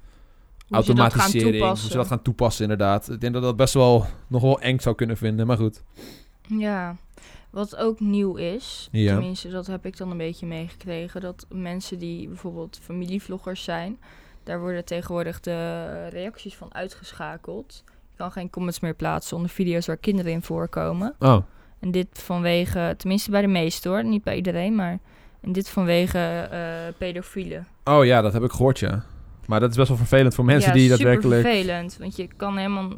Speaker 2: dat gaan
Speaker 1: Automatisering. hoe
Speaker 2: toepassen.
Speaker 1: ze dat gaan toepassen, inderdaad. Ik denk dat dat best wel... Nog wel eng zou kunnen vinden, maar goed.
Speaker 2: Ja, wat ook nieuw is,
Speaker 1: Ja.
Speaker 2: tenminste dat heb ik dan een beetje meegekregen, dat mensen die bijvoorbeeld familievloggers zijn, daar worden tegenwoordig de reacties van uitgeschakeld. Je kan geen comments meer plaatsen onder video's waar kinderen in voorkomen.
Speaker 1: Oh,
Speaker 2: En dit vanwege, tenminste bij de meesten hoor, niet bij iedereen, maar en dit vanwege eh pedofielen.
Speaker 1: oh ja, dat heb ik gehoord, ja. Maar dat is best wel vervelend voor mensen
Speaker 2: ja,
Speaker 1: die daadwerkelijk...
Speaker 2: super vervelend, want je kan helemaal,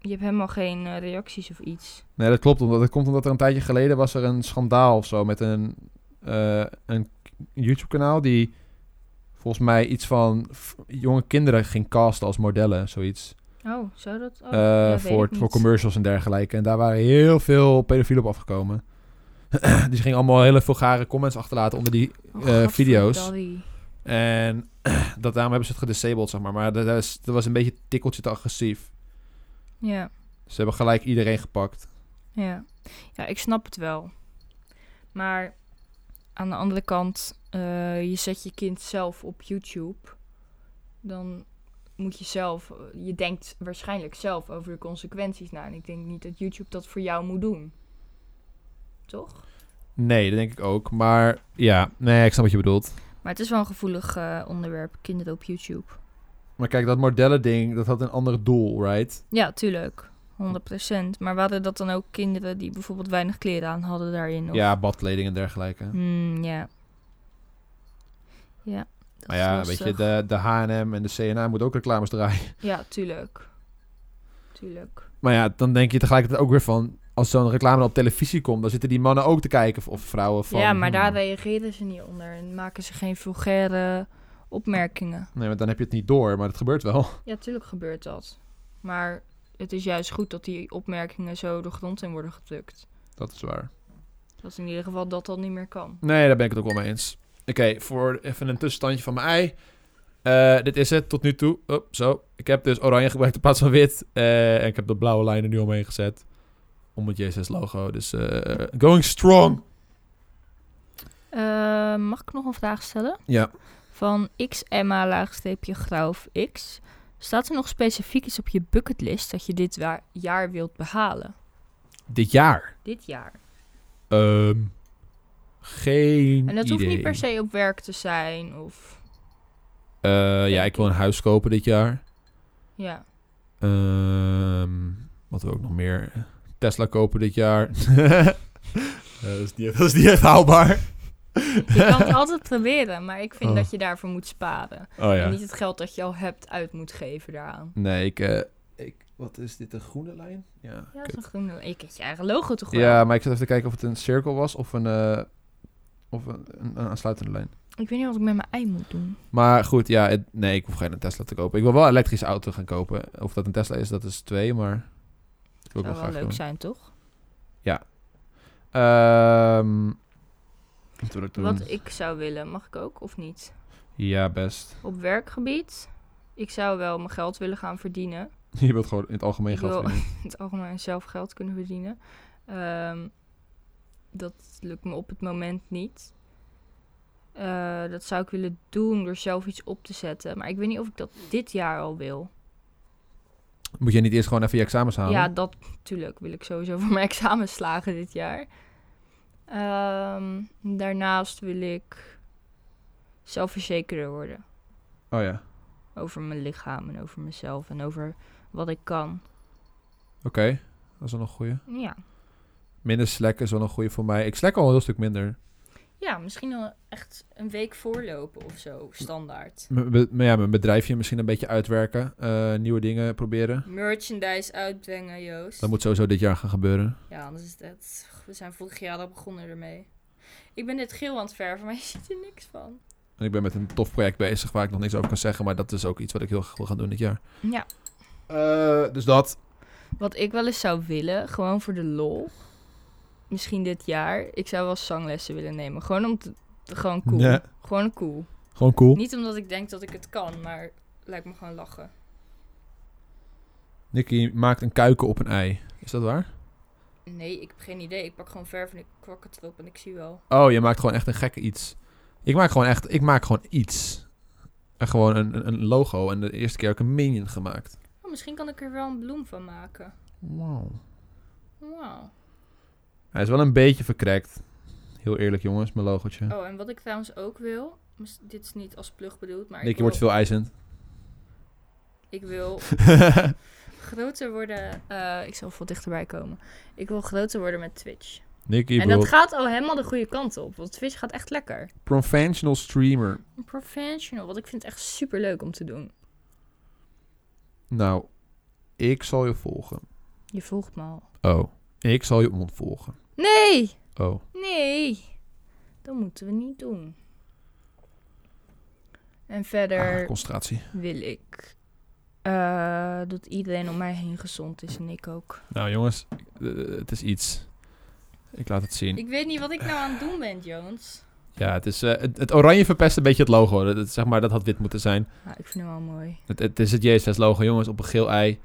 Speaker 2: je hebt helemaal geen eh, reacties of iets.
Speaker 1: Nee, dat klopt. Omdat, dat komt omdat er een tijdje geleden was er een schandaal of zo met een, eh, een YouTube-kanaal die... volgens mij iets van f- jonge kinderen ging casten als modellen, zoiets.
Speaker 2: Oh, zou dat? Oh,
Speaker 1: Eh,
Speaker 2: ja, weet
Speaker 1: voor,
Speaker 2: ik
Speaker 1: voor
Speaker 2: niet.
Speaker 1: commercials en dergelijke. En daar waren heel veel pedofielen op afgekomen. die gingen allemaal hele vulgare comments achterlaten onder die
Speaker 2: Oh,
Speaker 1: eh, video's.
Speaker 2: gadverdallie.
Speaker 1: En dat, daarom hebben ze het gedisabled, zeg maar. Maar dat, dat is- dat was een beetje een tikkeltje te agressief.
Speaker 2: Ja,
Speaker 1: Ze hebben gelijk iedereen gepakt.
Speaker 2: ja. Ja, ik snap het wel. Maar aan de andere kant, eh, je zet je kind zelf op YouTube. Dan moet je zelf, eh, je denkt waarschijnlijk zelf over de consequenties na. En ik denk niet dat YouTube dat voor jou moet doen. Toch?
Speaker 1: Nee, dat denk ik ook. Maar ja, nee, ik snap wat je bedoelt.
Speaker 2: Maar het is wel een gevoelig eh, onderwerp, kinderen op YouTube.
Speaker 1: Maar kijk, dat modellen-ding, dat had een ander doel, right?
Speaker 2: Ja, tuurlijk. 100%. Maar waren dat dan ook kinderen die bijvoorbeeld weinig kleren aan hadden daarin? Of...
Speaker 1: Ja, badkleding en dergelijke.
Speaker 2: Hmm, ja. Ja. dat
Speaker 1: Maar
Speaker 2: is
Speaker 1: ja, weet
Speaker 2: lastig.
Speaker 1: je, de, de H&M en de C&A moeten ook reclames draaien.
Speaker 2: Ja, tuurlijk. Tuurlijk.
Speaker 1: Maar ja, dan denk je tegelijkertijd ook weer van... als zo'n reclame dan op televisie komt... dan zitten die mannen ook te kijken of- of vrouwen van...
Speaker 2: ja, maar
Speaker 1: hmm.
Speaker 2: daar reageren ze niet onder en maken ze geen vulgaire opmerkingen.
Speaker 1: Nee, want dan heb je het niet door, maar dat gebeurt wel.
Speaker 2: Ja, tuurlijk gebeurt dat. Maar het is juist goed dat die opmerkingen zo de grond in worden gedrukt.
Speaker 1: Dat is waar.
Speaker 2: Dat in ieder geval dat dan niet meer kan.
Speaker 1: Nee, daar ben ik het ook wel mee eens. Oké, voor even een tussenstandje van mijn ei. Eh, dit is het tot nu toe. Op, zo. Ik heb dus oranje gebruikt in plaats van wit. Eh, en ik heb de blauwe lijn er nu omheen gezet. Om het J6-logo. Dus eh, going strong.
Speaker 2: Eh, mag ik nog een vraag stellen?
Speaker 1: Ja.
Speaker 2: van xemma laagstreepje grauf x. Staat er nog specifiek iets op je bucketlist dat je dit wa- jaar wilt behalen?
Speaker 1: Dit jaar.
Speaker 2: Dit jaar.
Speaker 1: Ehm, geen
Speaker 2: En dat hoeft niet
Speaker 1: idee.
Speaker 2: per se op werk te zijn of
Speaker 1: Eh, ja, ik wil een huis kopen dit jaar.
Speaker 2: ja.
Speaker 1: Ehm, wat wil ik nog meer? Tesla kopen dit jaar. Eh, dat, is niet, dat is niet echt houdbaar.
Speaker 2: Je kan het altijd proberen, maar ik vind
Speaker 1: Oh.
Speaker 2: dat je daarvoor moet sparen.
Speaker 1: Oh
Speaker 2: En
Speaker 1: ja.
Speaker 2: niet het geld dat je al hebt uit moet geven daaraan.
Speaker 1: Nee, ik, eh, ik... Wat is dit, een groene lijn? Ja,
Speaker 2: Ja, dat
Speaker 1: kut.
Speaker 2: is een groene. Ik heb je eigen logo toch wel?
Speaker 1: ja maar ik zat even te kijken of het een cirkel was of een, eh, of een, een, een aansluitende lijn.
Speaker 2: Ik weet niet wat ik met mijn ei moet doen.
Speaker 1: Maar goed, ja, het- nee, ik hoef geen Tesla te kopen. Ik wil wel een elektrische auto gaan kopen. Of dat een Tesla is, dat is twee, maar... Dat wil ik wel
Speaker 2: Zou wel
Speaker 1: graag
Speaker 2: leuk
Speaker 1: doen.
Speaker 2: zijn, toch?
Speaker 1: Ehm, wat wil ik doen?
Speaker 2: Wat ik zou willen, mag ik ook of niet?
Speaker 1: Ja, best.
Speaker 2: Op werkgebied, ik zou wel mijn geld willen gaan verdienen.
Speaker 1: Je wilt gewoon in het algemeen
Speaker 2: Ik
Speaker 1: geld
Speaker 2: wil-
Speaker 1: verdienen.
Speaker 2: in het algemeen zelf geld kunnen verdienen. Ehm, dat lukt me op het moment niet. Eh, dat zou ik willen doen door zelf iets op te zetten. Maar ik weet niet of ik dat dit jaar al wil.
Speaker 1: Moet je niet eerst gewoon even je examens halen?
Speaker 2: Ja, dat natuurlijk wil ik sowieso voor mijn examen slagen dit jaar. Ehm, daarnaast wil ik zelfverzekerder worden.
Speaker 1: Oh ja.
Speaker 2: Over mijn lichaam en over mezelf en over wat ik kan.
Speaker 1: Oké, dat is wel een goeie.
Speaker 2: Ja,
Speaker 1: Minder slacken is wel een goeie voor mij. Ik slack al een heel stuk minder.
Speaker 2: ja misschien al echt een week voorlopen of zo, standaard.
Speaker 1: M- be- Maar ja, mijn bedrijfje misschien een beetje uitwerken. eh, nieuwe dingen proberen.
Speaker 2: merchandise uitbrengen, Joost.
Speaker 1: Dat moet sowieso dit jaar gaan gebeuren.
Speaker 2: Ja, anders is dat. We zijn vorig jaar al begonnen ermee. Ik ben dit geel aan het verven, maar je ziet er niks van.
Speaker 1: En ik ben met een tof project bezig waar ik nog niks over kan zeggen. Maar dat is ook iets wat ik heel graag wil gaan doen dit jaar.
Speaker 2: Ja.
Speaker 1: Eh, dus dat.
Speaker 2: Wat ik wel eens zou willen, gewoon voor de lol. Misschien dit jaar. Ik zou wel zanglessen willen nemen. Gewoon om te. Gewoon cool.
Speaker 1: Ja.
Speaker 2: Gewoon cool.
Speaker 1: Gewoon cool.
Speaker 2: Niet omdat ik denk dat ik het kan, maar lijkt me gewoon lachen.
Speaker 1: Nicky maakt een kuiken op een ei. Is dat waar?
Speaker 2: Nee, ik heb geen idee. Ik pak gewoon verf en ik kwak het erop en ik zie wel.
Speaker 1: Oh, je maakt gewoon echt een gekke iets. Ik maak gewoon echt, ik maak gewoon iets. En gewoon een, een- een logo. En de eerste keer heb ik een minion gemaakt.
Speaker 2: Oh, misschien kan ik er wel een bloem van maken.
Speaker 1: Wow.
Speaker 2: Wauw.
Speaker 1: Hij is wel een beetje verkrekt. Heel eerlijk jongens, mijn logotje.
Speaker 2: Oh, en wat ik trouwens ook wil. mis- Dit is niet als plug bedoeld, maar. ik
Speaker 1: Nicky
Speaker 2: wil...
Speaker 1: wordt veel eisend.
Speaker 2: Ik wil groter worden. eh, ik zal veel dichterbij komen. Ik wil groter worden met Twitch.
Speaker 1: Nicky
Speaker 2: en dat
Speaker 1: wordt
Speaker 2: gaat al helemaal de goede kant op. Want Twitch gaat echt lekker.
Speaker 1: professional streamer.
Speaker 2: Een Professional. Want ik vind het echt super leuk om te doen.
Speaker 1: Nou, ik zal je volgen.
Speaker 2: Je volgt me al.
Speaker 1: Oh, ik zal je ontvolgen.
Speaker 2: Nee!
Speaker 1: Oh,
Speaker 2: Nee! Dat moeten we niet doen. En
Speaker 1: Ah,
Speaker 2: verder
Speaker 1: concentratie.
Speaker 2: wil ik eh, dat iedereen om mij heen gezond is en ik ook.
Speaker 1: Nou jongens, eh, het is iets. Ik laat het zien.
Speaker 2: Ik weet niet wat ik nou aan het doen ben, Jones.
Speaker 1: Ja, het, is, eh, het, het oranje verpest een beetje het logo. Dat, dat- zeg maar, dat had wit moeten zijn.
Speaker 2: Nou, ik vind hem wel mooi.
Speaker 1: Het, het is het JSS logo, jongens, op een geel ei.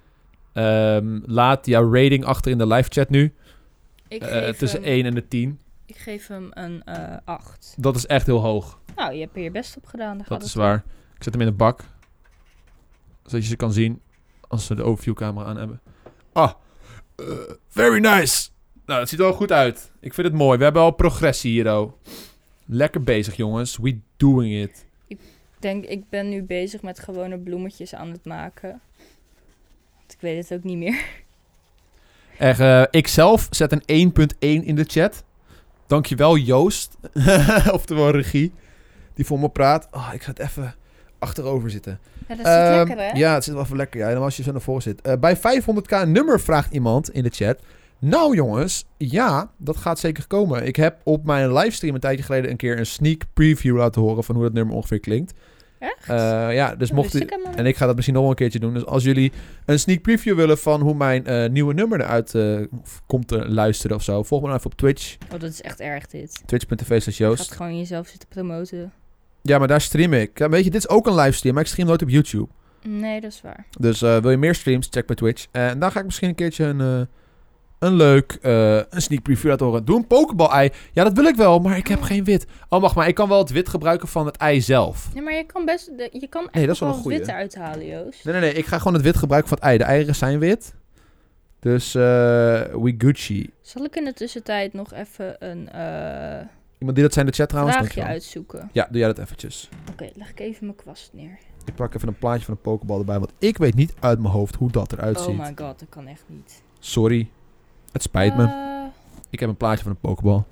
Speaker 1: Ehm, laat jouw rating achter in de live chat nu.
Speaker 2: Ik,
Speaker 1: Eh,
Speaker 2: geef,
Speaker 1: tussen
Speaker 2: hem,
Speaker 1: 1 en de 10.
Speaker 2: ik geef hem een eh, 8.
Speaker 1: Dat is echt heel hoog.
Speaker 2: Nou, je hebt er je best op gedaan.
Speaker 1: Dat
Speaker 2: Daar gaat
Speaker 1: is
Speaker 2: het
Speaker 1: waar. Ik zet hem in de bak. Zodat je ze kan zien als we de overviewcamera aan hebben. Ah, eh, very nice. Nou, het ziet er wel goed uit. Ik vind het mooi. We hebben al progressie hier, oh. Lekker bezig, jongens. We doing it.
Speaker 2: Ik denk, ik ben nu bezig met gewone bloemetjes aan het maken. Want ik weet het ook niet meer.
Speaker 1: Echt, eh, ik zelf zet een 1.1 in de chat. Dankjewel, Joost. Oftewel regie. Die voor me praat. Ah, ik ga het even achterover zitten.
Speaker 2: Ja, dat
Speaker 1: Ehm,
Speaker 2: is lekker, hè?
Speaker 1: Ja, het zit wel even lekker. Ja, dan als je zo naar voren zit. Eh, bij 500k nummer vraagt iemand in de chat. Nou jongens, ja, dat gaat zeker komen. Ik heb op mijn livestream een tijdje geleden een keer een sneak preview laten horen van hoe dat nummer ongeveer klinkt.
Speaker 2: Echt?
Speaker 1: Eh, ja, dus
Speaker 2: Dat
Speaker 1: mocht
Speaker 2: wist
Speaker 1: u,
Speaker 2: ik helemaal
Speaker 1: en ik ga dat misschien nog wel een keertje doen. Dus als jullie een sneak preview willen van hoe mijn eh, nieuwe nummer eruit eh, komt te luisteren of zo, volg me dan even op Twitch.
Speaker 2: niet. Oh, dat is echt erg, dit.
Speaker 1: Twitch.tv slash
Speaker 2: Je
Speaker 1: Joost.
Speaker 2: gaat gewoon jezelf zitten promoten.
Speaker 1: Ja, maar daar stream ik. Ja, weet je, dit is ook een livestream, maar ik stream nooit op YouTube.
Speaker 2: Nee, dat is waar.
Speaker 1: Dus eh, wil je meer streams, check bij Twitch. en dan ga ik misschien een keertje een, eh, een leuk eh, een sneak preview laten horen. Doe een Pokéball-ei. Ja, dat wil ik wel, maar ik heb geen wit. Oh, wacht maar. Ik kan wel het wit gebruiken van het ei zelf.
Speaker 2: Nee, maar je kan best... de- Je kan echt
Speaker 1: Nee, dat is
Speaker 2: nog
Speaker 1: wel
Speaker 2: wel
Speaker 1: een
Speaker 2: het wit
Speaker 1: goeie.
Speaker 2: eruit halen, Joost.
Speaker 1: Nee, nee, nee. Ik ga gewoon het wit gebruiken van het ei. De eieren zijn wit. Dus eh we Gucci.
Speaker 2: Zal ik in de tussentijd nog even een eh
Speaker 1: Iemand die dat zijn in de chat trouwens?
Speaker 2: vraagje
Speaker 1: Dankjewel.
Speaker 2: uitzoeken?
Speaker 1: Ja, doe jij dat eventjes.
Speaker 2: Oké, leg ik even mijn kwast neer.
Speaker 1: Ik pak even een plaatje van een Pokéball erbij, want ik weet niet uit mijn hoofd hoe dat eruit
Speaker 2: Oh
Speaker 1: ziet.
Speaker 2: my god, dat kan echt niet.
Speaker 1: Sorry. Het spijt me.
Speaker 2: Eh,
Speaker 1: Ik heb een plaatje van een Pokéball.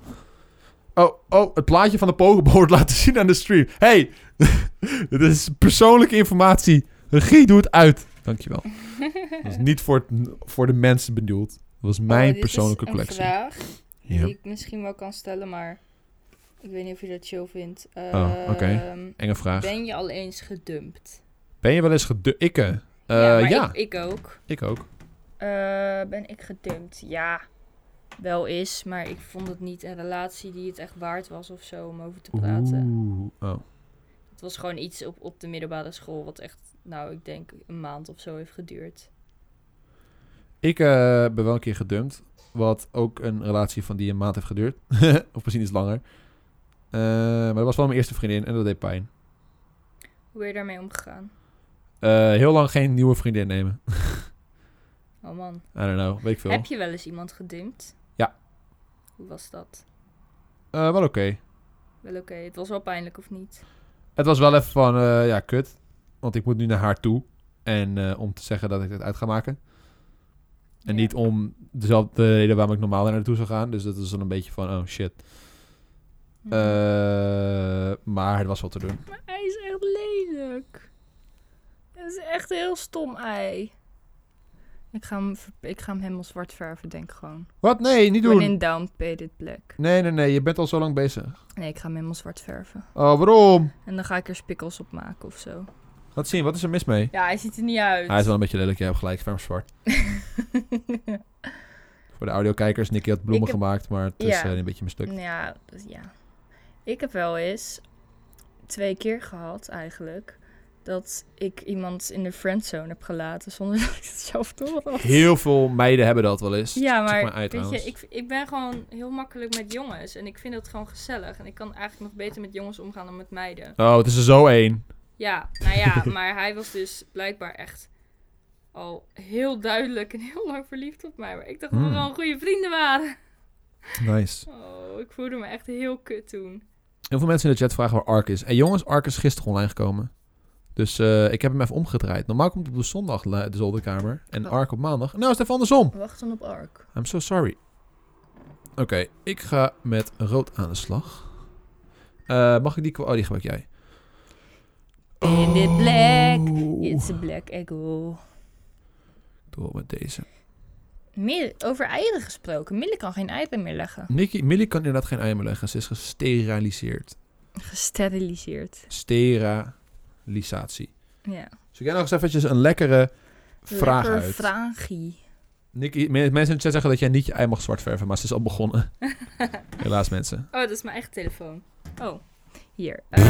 Speaker 1: Oh, oh, het plaatje van de Pokéball wordt laten zien aan de stream. hey, dit is persoonlijke informatie. Regie, doe het uit. Dankjewel. Dat is niet voor, het- voor de mensen bedoeld. Dat was mijn
Speaker 2: oh, dit
Speaker 1: persoonlijke
Speaker 2: is een
Speaker 1: collectie.
Speaker 2: vraag
Speaker 1: Ja.
Speaker 2: die ik misschien wel kan stellen, maar ik weet niet of je dat chill vindt.
Speaker 1: Oh, oké.
Speaker 2: Ehm,
Speaker 1: Enge vraag.
Speaker 2: Ben je al eens gedumpt?
Speaker 1: Ben je wel eens gedu... Ikke? Eh,
Speaker 2: ja,
Speaker 1: ja,
Speaker 2: maar
Speaker 1: ik,
Speaker 2: Ik, ik ook.
Speaker 1: ook.
Speaker 2: Eh, ben ik gedumpt? Ja, wel is, maar ik vond het niet een relatie die het echt waard was of zo om over te praten.
Speaker 1: Oeh. Oh.
Speaker 2: Het was gewoon iets op, op de middelbare school wat echt, nou, ik denk een maand of zo heeft geduurd.
Speaker 1: Ik eh, ben wel een keer gedumpt. Wat ook een relatie van die een maand heeft geduurd. of misschien iets langer. Eh, maar dat was wel mijn eerste vriendin en dat deed pijn.
Speaker 2: Hoe ben je daarmee omgegaan?
Speaker 1: Eh, heel lang geen nieuwe vriendin nemen.
Speaker 2: Oh man.
Speaker 1: I don't know, weet ik veel.
Speaker 2: Heb je wel eens iemand gedumpt?
Speaker 1: Ja.
Speaker 2: Hoe was dat?
Speaker 1: Eh, wel oké.
Speaker 2: Wel oké, het was wel pijnlijk of niet?
Speaker 1: Het was wel even van, eh, ja, kut. Want ik moet nu naar haar toe. En eh, om te zeggen dat ik het uit ga maken. En
Speaker 2: Ja.
Speaker 1: niet om dezelfde reden waarom ik normaal naar haar toe zou gaan. Dus dat is dan een beetje van, oh shit.
Speaker 2: Hm.
Speaker 1: Eh, maar het was wel te doen.
Speaker 2: Maar Mm. hij is echt lelijk. Het is echt een heel stom ei. Ik ga hem, ver- ik ga hem helemaal zwart verven, denk ik gewoon.
Speaker 1: Wat? Nee, niet
Speaker 2: When
Speaker 1: doen.
Speaker 2: in down, paint it black.
Speaker 1: Nee, nee, nee. Je bent al zo lang bezig.
Speaker 2: Nee, ik ga hem helemaal zwart verven.
Speaker 1: Oh, waarom?
Speaker 2: En dan ga ik er spikkels op maken of zo.
Speaker 1: Laat zien, wat is er mis mee? Ah,
Speaker 2: Ja, hij ziet er niet uit.
Speaker 1: Hij is wel een beetje lelijk. Jij hebt gelijk. Verm zwart. Voor de audiokijkers, Nicky had bloemen
Speaker 2: Ik heb-
Speaker 1: gemaakt. Maar het is
Speaker 2: Ja.
Speaker 1: eh, een beetje mislukt.
Speaker 2: Ja, dus ja. Ik heb wel eens twee keer gehad eigenlijk... dat ik iemand in de friendzone heb gelaten... zonder dat ik het zelf door had.
Speaker 1: Heel veel meiden hebben dat wel eens.
Speaker 2: Ja, maar,
Speaker 1: Zoek maar uit,
Speaker 2: weet je,
Speaker 1: trouwens.
Speaker 2: ik, ik ben gewoon heel makkelijk met jongens. En ik vind dat gewoon gezellig. En ik kan eigenlijk nog beter met jongens omgaan dan met meiden.
Speaker 1: Oh, het is er zo één.
Speaker 2: Ja, nou ja, maar hij was dus blijkbaar echt al heel duidelijk en heel lang verliefd op mij. Maar ik dacht dat
Speaker 1: Hmm.
Speaker 2: we gewoon goede vrienden waren.
Speaker 1: Nice.
Speaker 2: Oh, ik voelde me echt heel kut toen.
Speaker 1: Heel veel mensen in de chat vragen waar Ark is. En jongens, Ark is gisteren online gekomen. Dus eh, ik heb hem even omgedraaid. Normaal komt het op de zondag la- de zolderkamer. En
Speaker 2: Oh.
Speaker 1: Ark op maandag. Nou, is het even andersom.
Speaker 2: Wacht dan op Ark.
Speaker 1: I'm so sorry. Oké, ik ga met rood aan de slag. Eh, mag ik die... kwa- Oh, die gebruik jij.
Speaker 2: In the black,
Speaker 1: Oh.
Speaker 2: it's a black echo.
Speaker 1: Door met deze.
Speaker 2: Mil- over eieren gesproken. Mille kan geen eieren meer leggen.
Speaker 1: Nicky, Millie kan inderdaad geen ei meer leggen. Ze is gesteriliseerd.
Speaker 2: Gesteriliseerd.
Speaker 1: Steriliseerd. lisatie.
Speaker 2: Ja.
Speaker 1: Dus ik heb nog eens eventjes een lekkere vraag
Speaker 2: Lekker
Speaker 1: uit.
Speaker 2: vraagie.
Speaker 1: Nicky, me- mensen in de chat zeggen dat jij niet je ei mag zwart verven, maar ze is al begonnen. Helaas mensen.
Speaker 2: Oh, dat is mijn eigen telefoon. Oh, hier. Kijk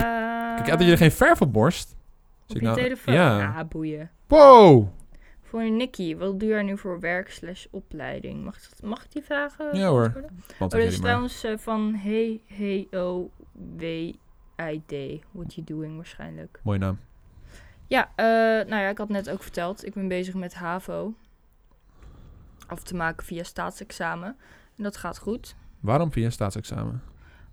Speaker 1: Kijk uit dat je er geen verf op borst.
Speaker 2: Ah. Op
Speaker 1: Zie ik
Speaker 2: je
Speaker 1: nou-
Speaker 2: telefoon?
Speaker 1: ja.
Speaker 2: Ah, Oh, boeien.
Speaker 1: Wow!
Speaker 2: Voor Nicky, wat doe jij nu voor werk slash opleiding? Mag, dat- mag ik die vragen?
Speaker 1: Ja hoor.
Speaker 2: beantwoorden?
Speaker 1: Want
Speaker 2: Oh,
Speaker 1: dat
Speaker 2: dat
Speaker 1: jullie
Speaker 2: is
Speaker 1: maar-
Speaker 2: trouwens eh, van hey, hey, oh, w, i, d. What you doing waarschijnlijk.
Speaker 1: Mooie naam.
Speaker 2: Ja, eh, nou ja, ik had net ook verteld. Ik ben bezig met HAVO. Af te maken via staatsexamen. En dat gaat goed.
Speaker 1: Waarom via staatsexamen?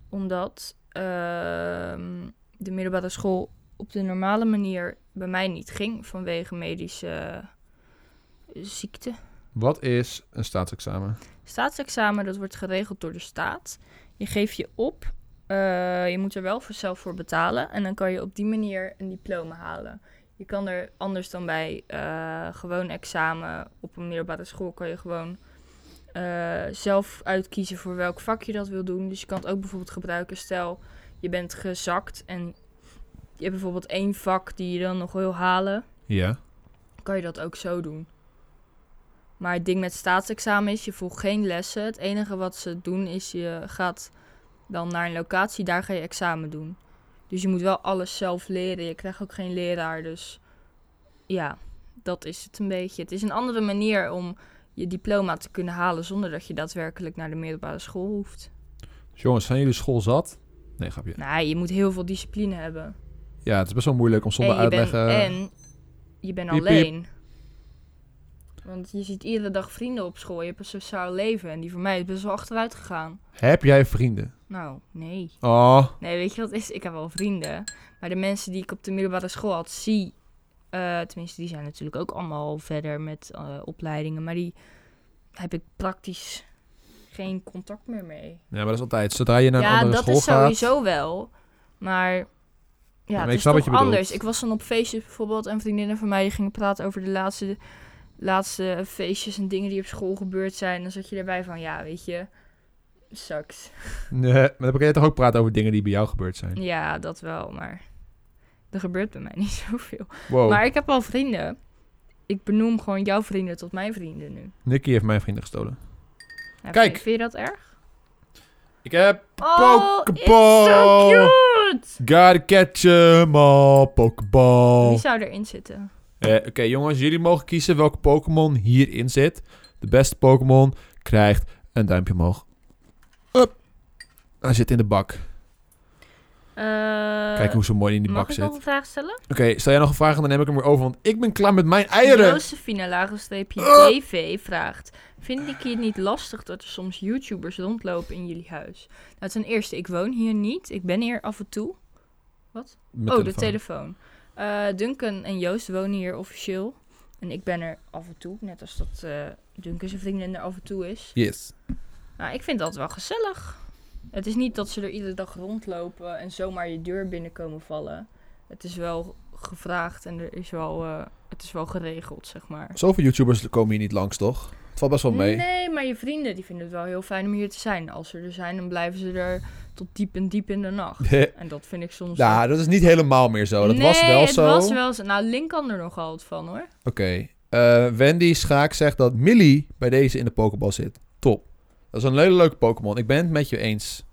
Speaker 2: Omdat ehm, de middelbare school op de normale manier bij mij niet ging. Vanwege medische eh, ziekte.
Speaker 1: Wat is een staatsexamen?
Speaker 2: Staatsexamen, dat wordt geregeld door de staat. Je geeft je op. eh, je moet er wel voor zelf voor betalen. En dan kan je op die manier een diploma halen. Je kan er anders dan bij eh, gewoon examen op een middelbare school... kan je gewoon eh, zelf uitkiezen voor welk vak je dat wil doen. Dus je kan het ook bijvoorbeeld gebruiken. Stel, je bent gezakt en je hebt bijvoorbeeld één vak die je dan nog wil halen
Speaker 1: Ja.
Speaker 2: kan je dat ook zo doen. Maar het ding met staatsexamen is, je volgt geen lessen. Het enige wat ze doen is, je gaat dan naar een locatie, daar ga je examen doen. Dus je moet wel alles zelf leren. Je krijgt ook geen leraar, dus ja, dat is het een beetje. Het is een andere manier om je diploma te kunnen halen zonder dat je daadwerkelijk naar de middelbare school hoeft.
Speaker 1: Dus jongens, zijn jullie school zat? Nee, grapje.
Speaker 2: Nee, je moet heel veel discipline hebben.
Speaker 1: Ja, het is best wel moeilijk om zonder
Speaker 2: en je
Speaker 1: uitleggen...
Speaker 2: Bent, en je bent
Speaker 1: Piep, piep.
Speaker 2: alleen. Want je ziet iedere dag vrienden op school. Je hebt een sociaal leven. En die voor mij is best wel achteruit gegaan.
Speaker 1: Heb jij vrienden?
Speaker 2: Nou, nee.
Speaker 1: Oh,
Speaker 2: Nee, weet je wat het is? Ik heb wel vrienden. Maar de mensen die ik op de middelbare school had, zie. eh, tenminste, die zijn natuurlijk ook allemaal verder met eh, opleidingen. Maar die heb ik praktisch geen contact meer mee.
Speaker 1: ja, maar dat is altijd. Zodra je naar een
Speaker 2: ja,
Speaker 1: andere
Speaker 2: dat
Speaker 1: school
Speaker 2: is
Speaker 1: gaat...
Speaker 2: sowieso wel. Maar ja,
Speaker 1: maar
Speaker 2: het
Speaker 1: ik
Speaker 2: is
Speaker 1: snap wat
Speaker 2: toch
Speaker 1: je bedoelt.
Speaker 2: anders. Ik was dan op feestjes bijvoorbeeld en vriendinnen van mij die gingen praten over de laatste, laatste feestjes en dingen die op school gebeurd zijn. En dan zat je erbij van, ja, weet je, sucks.
Speaker 1: Nee, maar dan kan je toch ook praten over dingen die bij jou gebeurd zijn.
Speaker 2: Ja, dat wel, maar er gebeurt bij mij niet zoveel.
Speaker 1: Wow,
Speaker 2: Maar ik heb wel vrienden. Ik benoem gewoon jouw vrienden tot mijn vrienden nu.
Speaker 1: Nicky heeft mijn vrienden gestolen.
Speaker 2: Nou,
Speaker 1: Kijk.
Speaker 2: Vind, vind je dat erg?
Speaker 1: Ik heb...
Speaker 2: Oh, it's so
Speaker 1: Pokeball.
Speaker 2: cute!
Speaker 1: Gotta catch 'em all,
Speaker 2: Wie
Speaker 1: Pokeball.
Speaker 2: zou erin zitten?
Speaker 1: Eh, Oké, jongens, jullie mogen kiezen welke Pokémon hierin zit. De beste Pokémon krijgt een duimpje omhoog. Up. Hij zit in de bak. Kijk hoe zo mooi die in die
Speaker 2: Eh, Mag
Speaker 1: bak
Speaker 2: ik
Speaker 1: zit.
Speaker 2: nog een
Speaker 1: Oké,
Speaker 2: vraag stellen?
Speaker 1: stel jij nog een vraag en dan neem ik hem weer over, want ik ben klaar met mijn eieren.
Speaker 2: Josephine lagenstreepje TV vraagt: Vind ik het niet lastig dat er soms YouTubers rondlopen in jullie huis? Nou, ten eerste, ik woon hier niet. Ik ben hier af en toe.
Speaker 1: Mijn
Speaker 2: oh, de telefoon. Eh, Duncan en Joost wonen hier officieel. En ik ben er af en toe. Net als dat eh, Duncan zijn vriendin er af en toe is.
Speaker 1: Yes.
Speaker 2: Nou, ik vind dat wel gezellig. Het is niet dat ze er iedere dag rondlopen en zomaar je deur binnenkomen vallen. Het is wel gevraagd en er is wel, eh, het is wel geregeld, zeg maar.
Speaker 1: Zoveel YouTubers komen hier niet langs, toch? Het valt best wel mee.
Speaker 2: Nee, maar je vrienden die vinden het wel heel fijn om hier te zijn. Als ze er zijn, dan blijven ze er tot diep en diep in de nacht. En dat vind ik soms.
Speaker 1: Ja, dat is niet helemaal meer zo. Dat
Speaker 2: nee,
Speaker 1: was wel
Speaker 2: het
Speaker 1: zo.
Speaker 2: was wel zo. Nou, Link kan er nogal wat van hoor.
Speaker 1: Oké. Eh, Wendy Schaak zegt dat Millie bij deze in de Pokéball zit. Top. Dat is een hele leuke Pokémon. Ik ben het met je eens.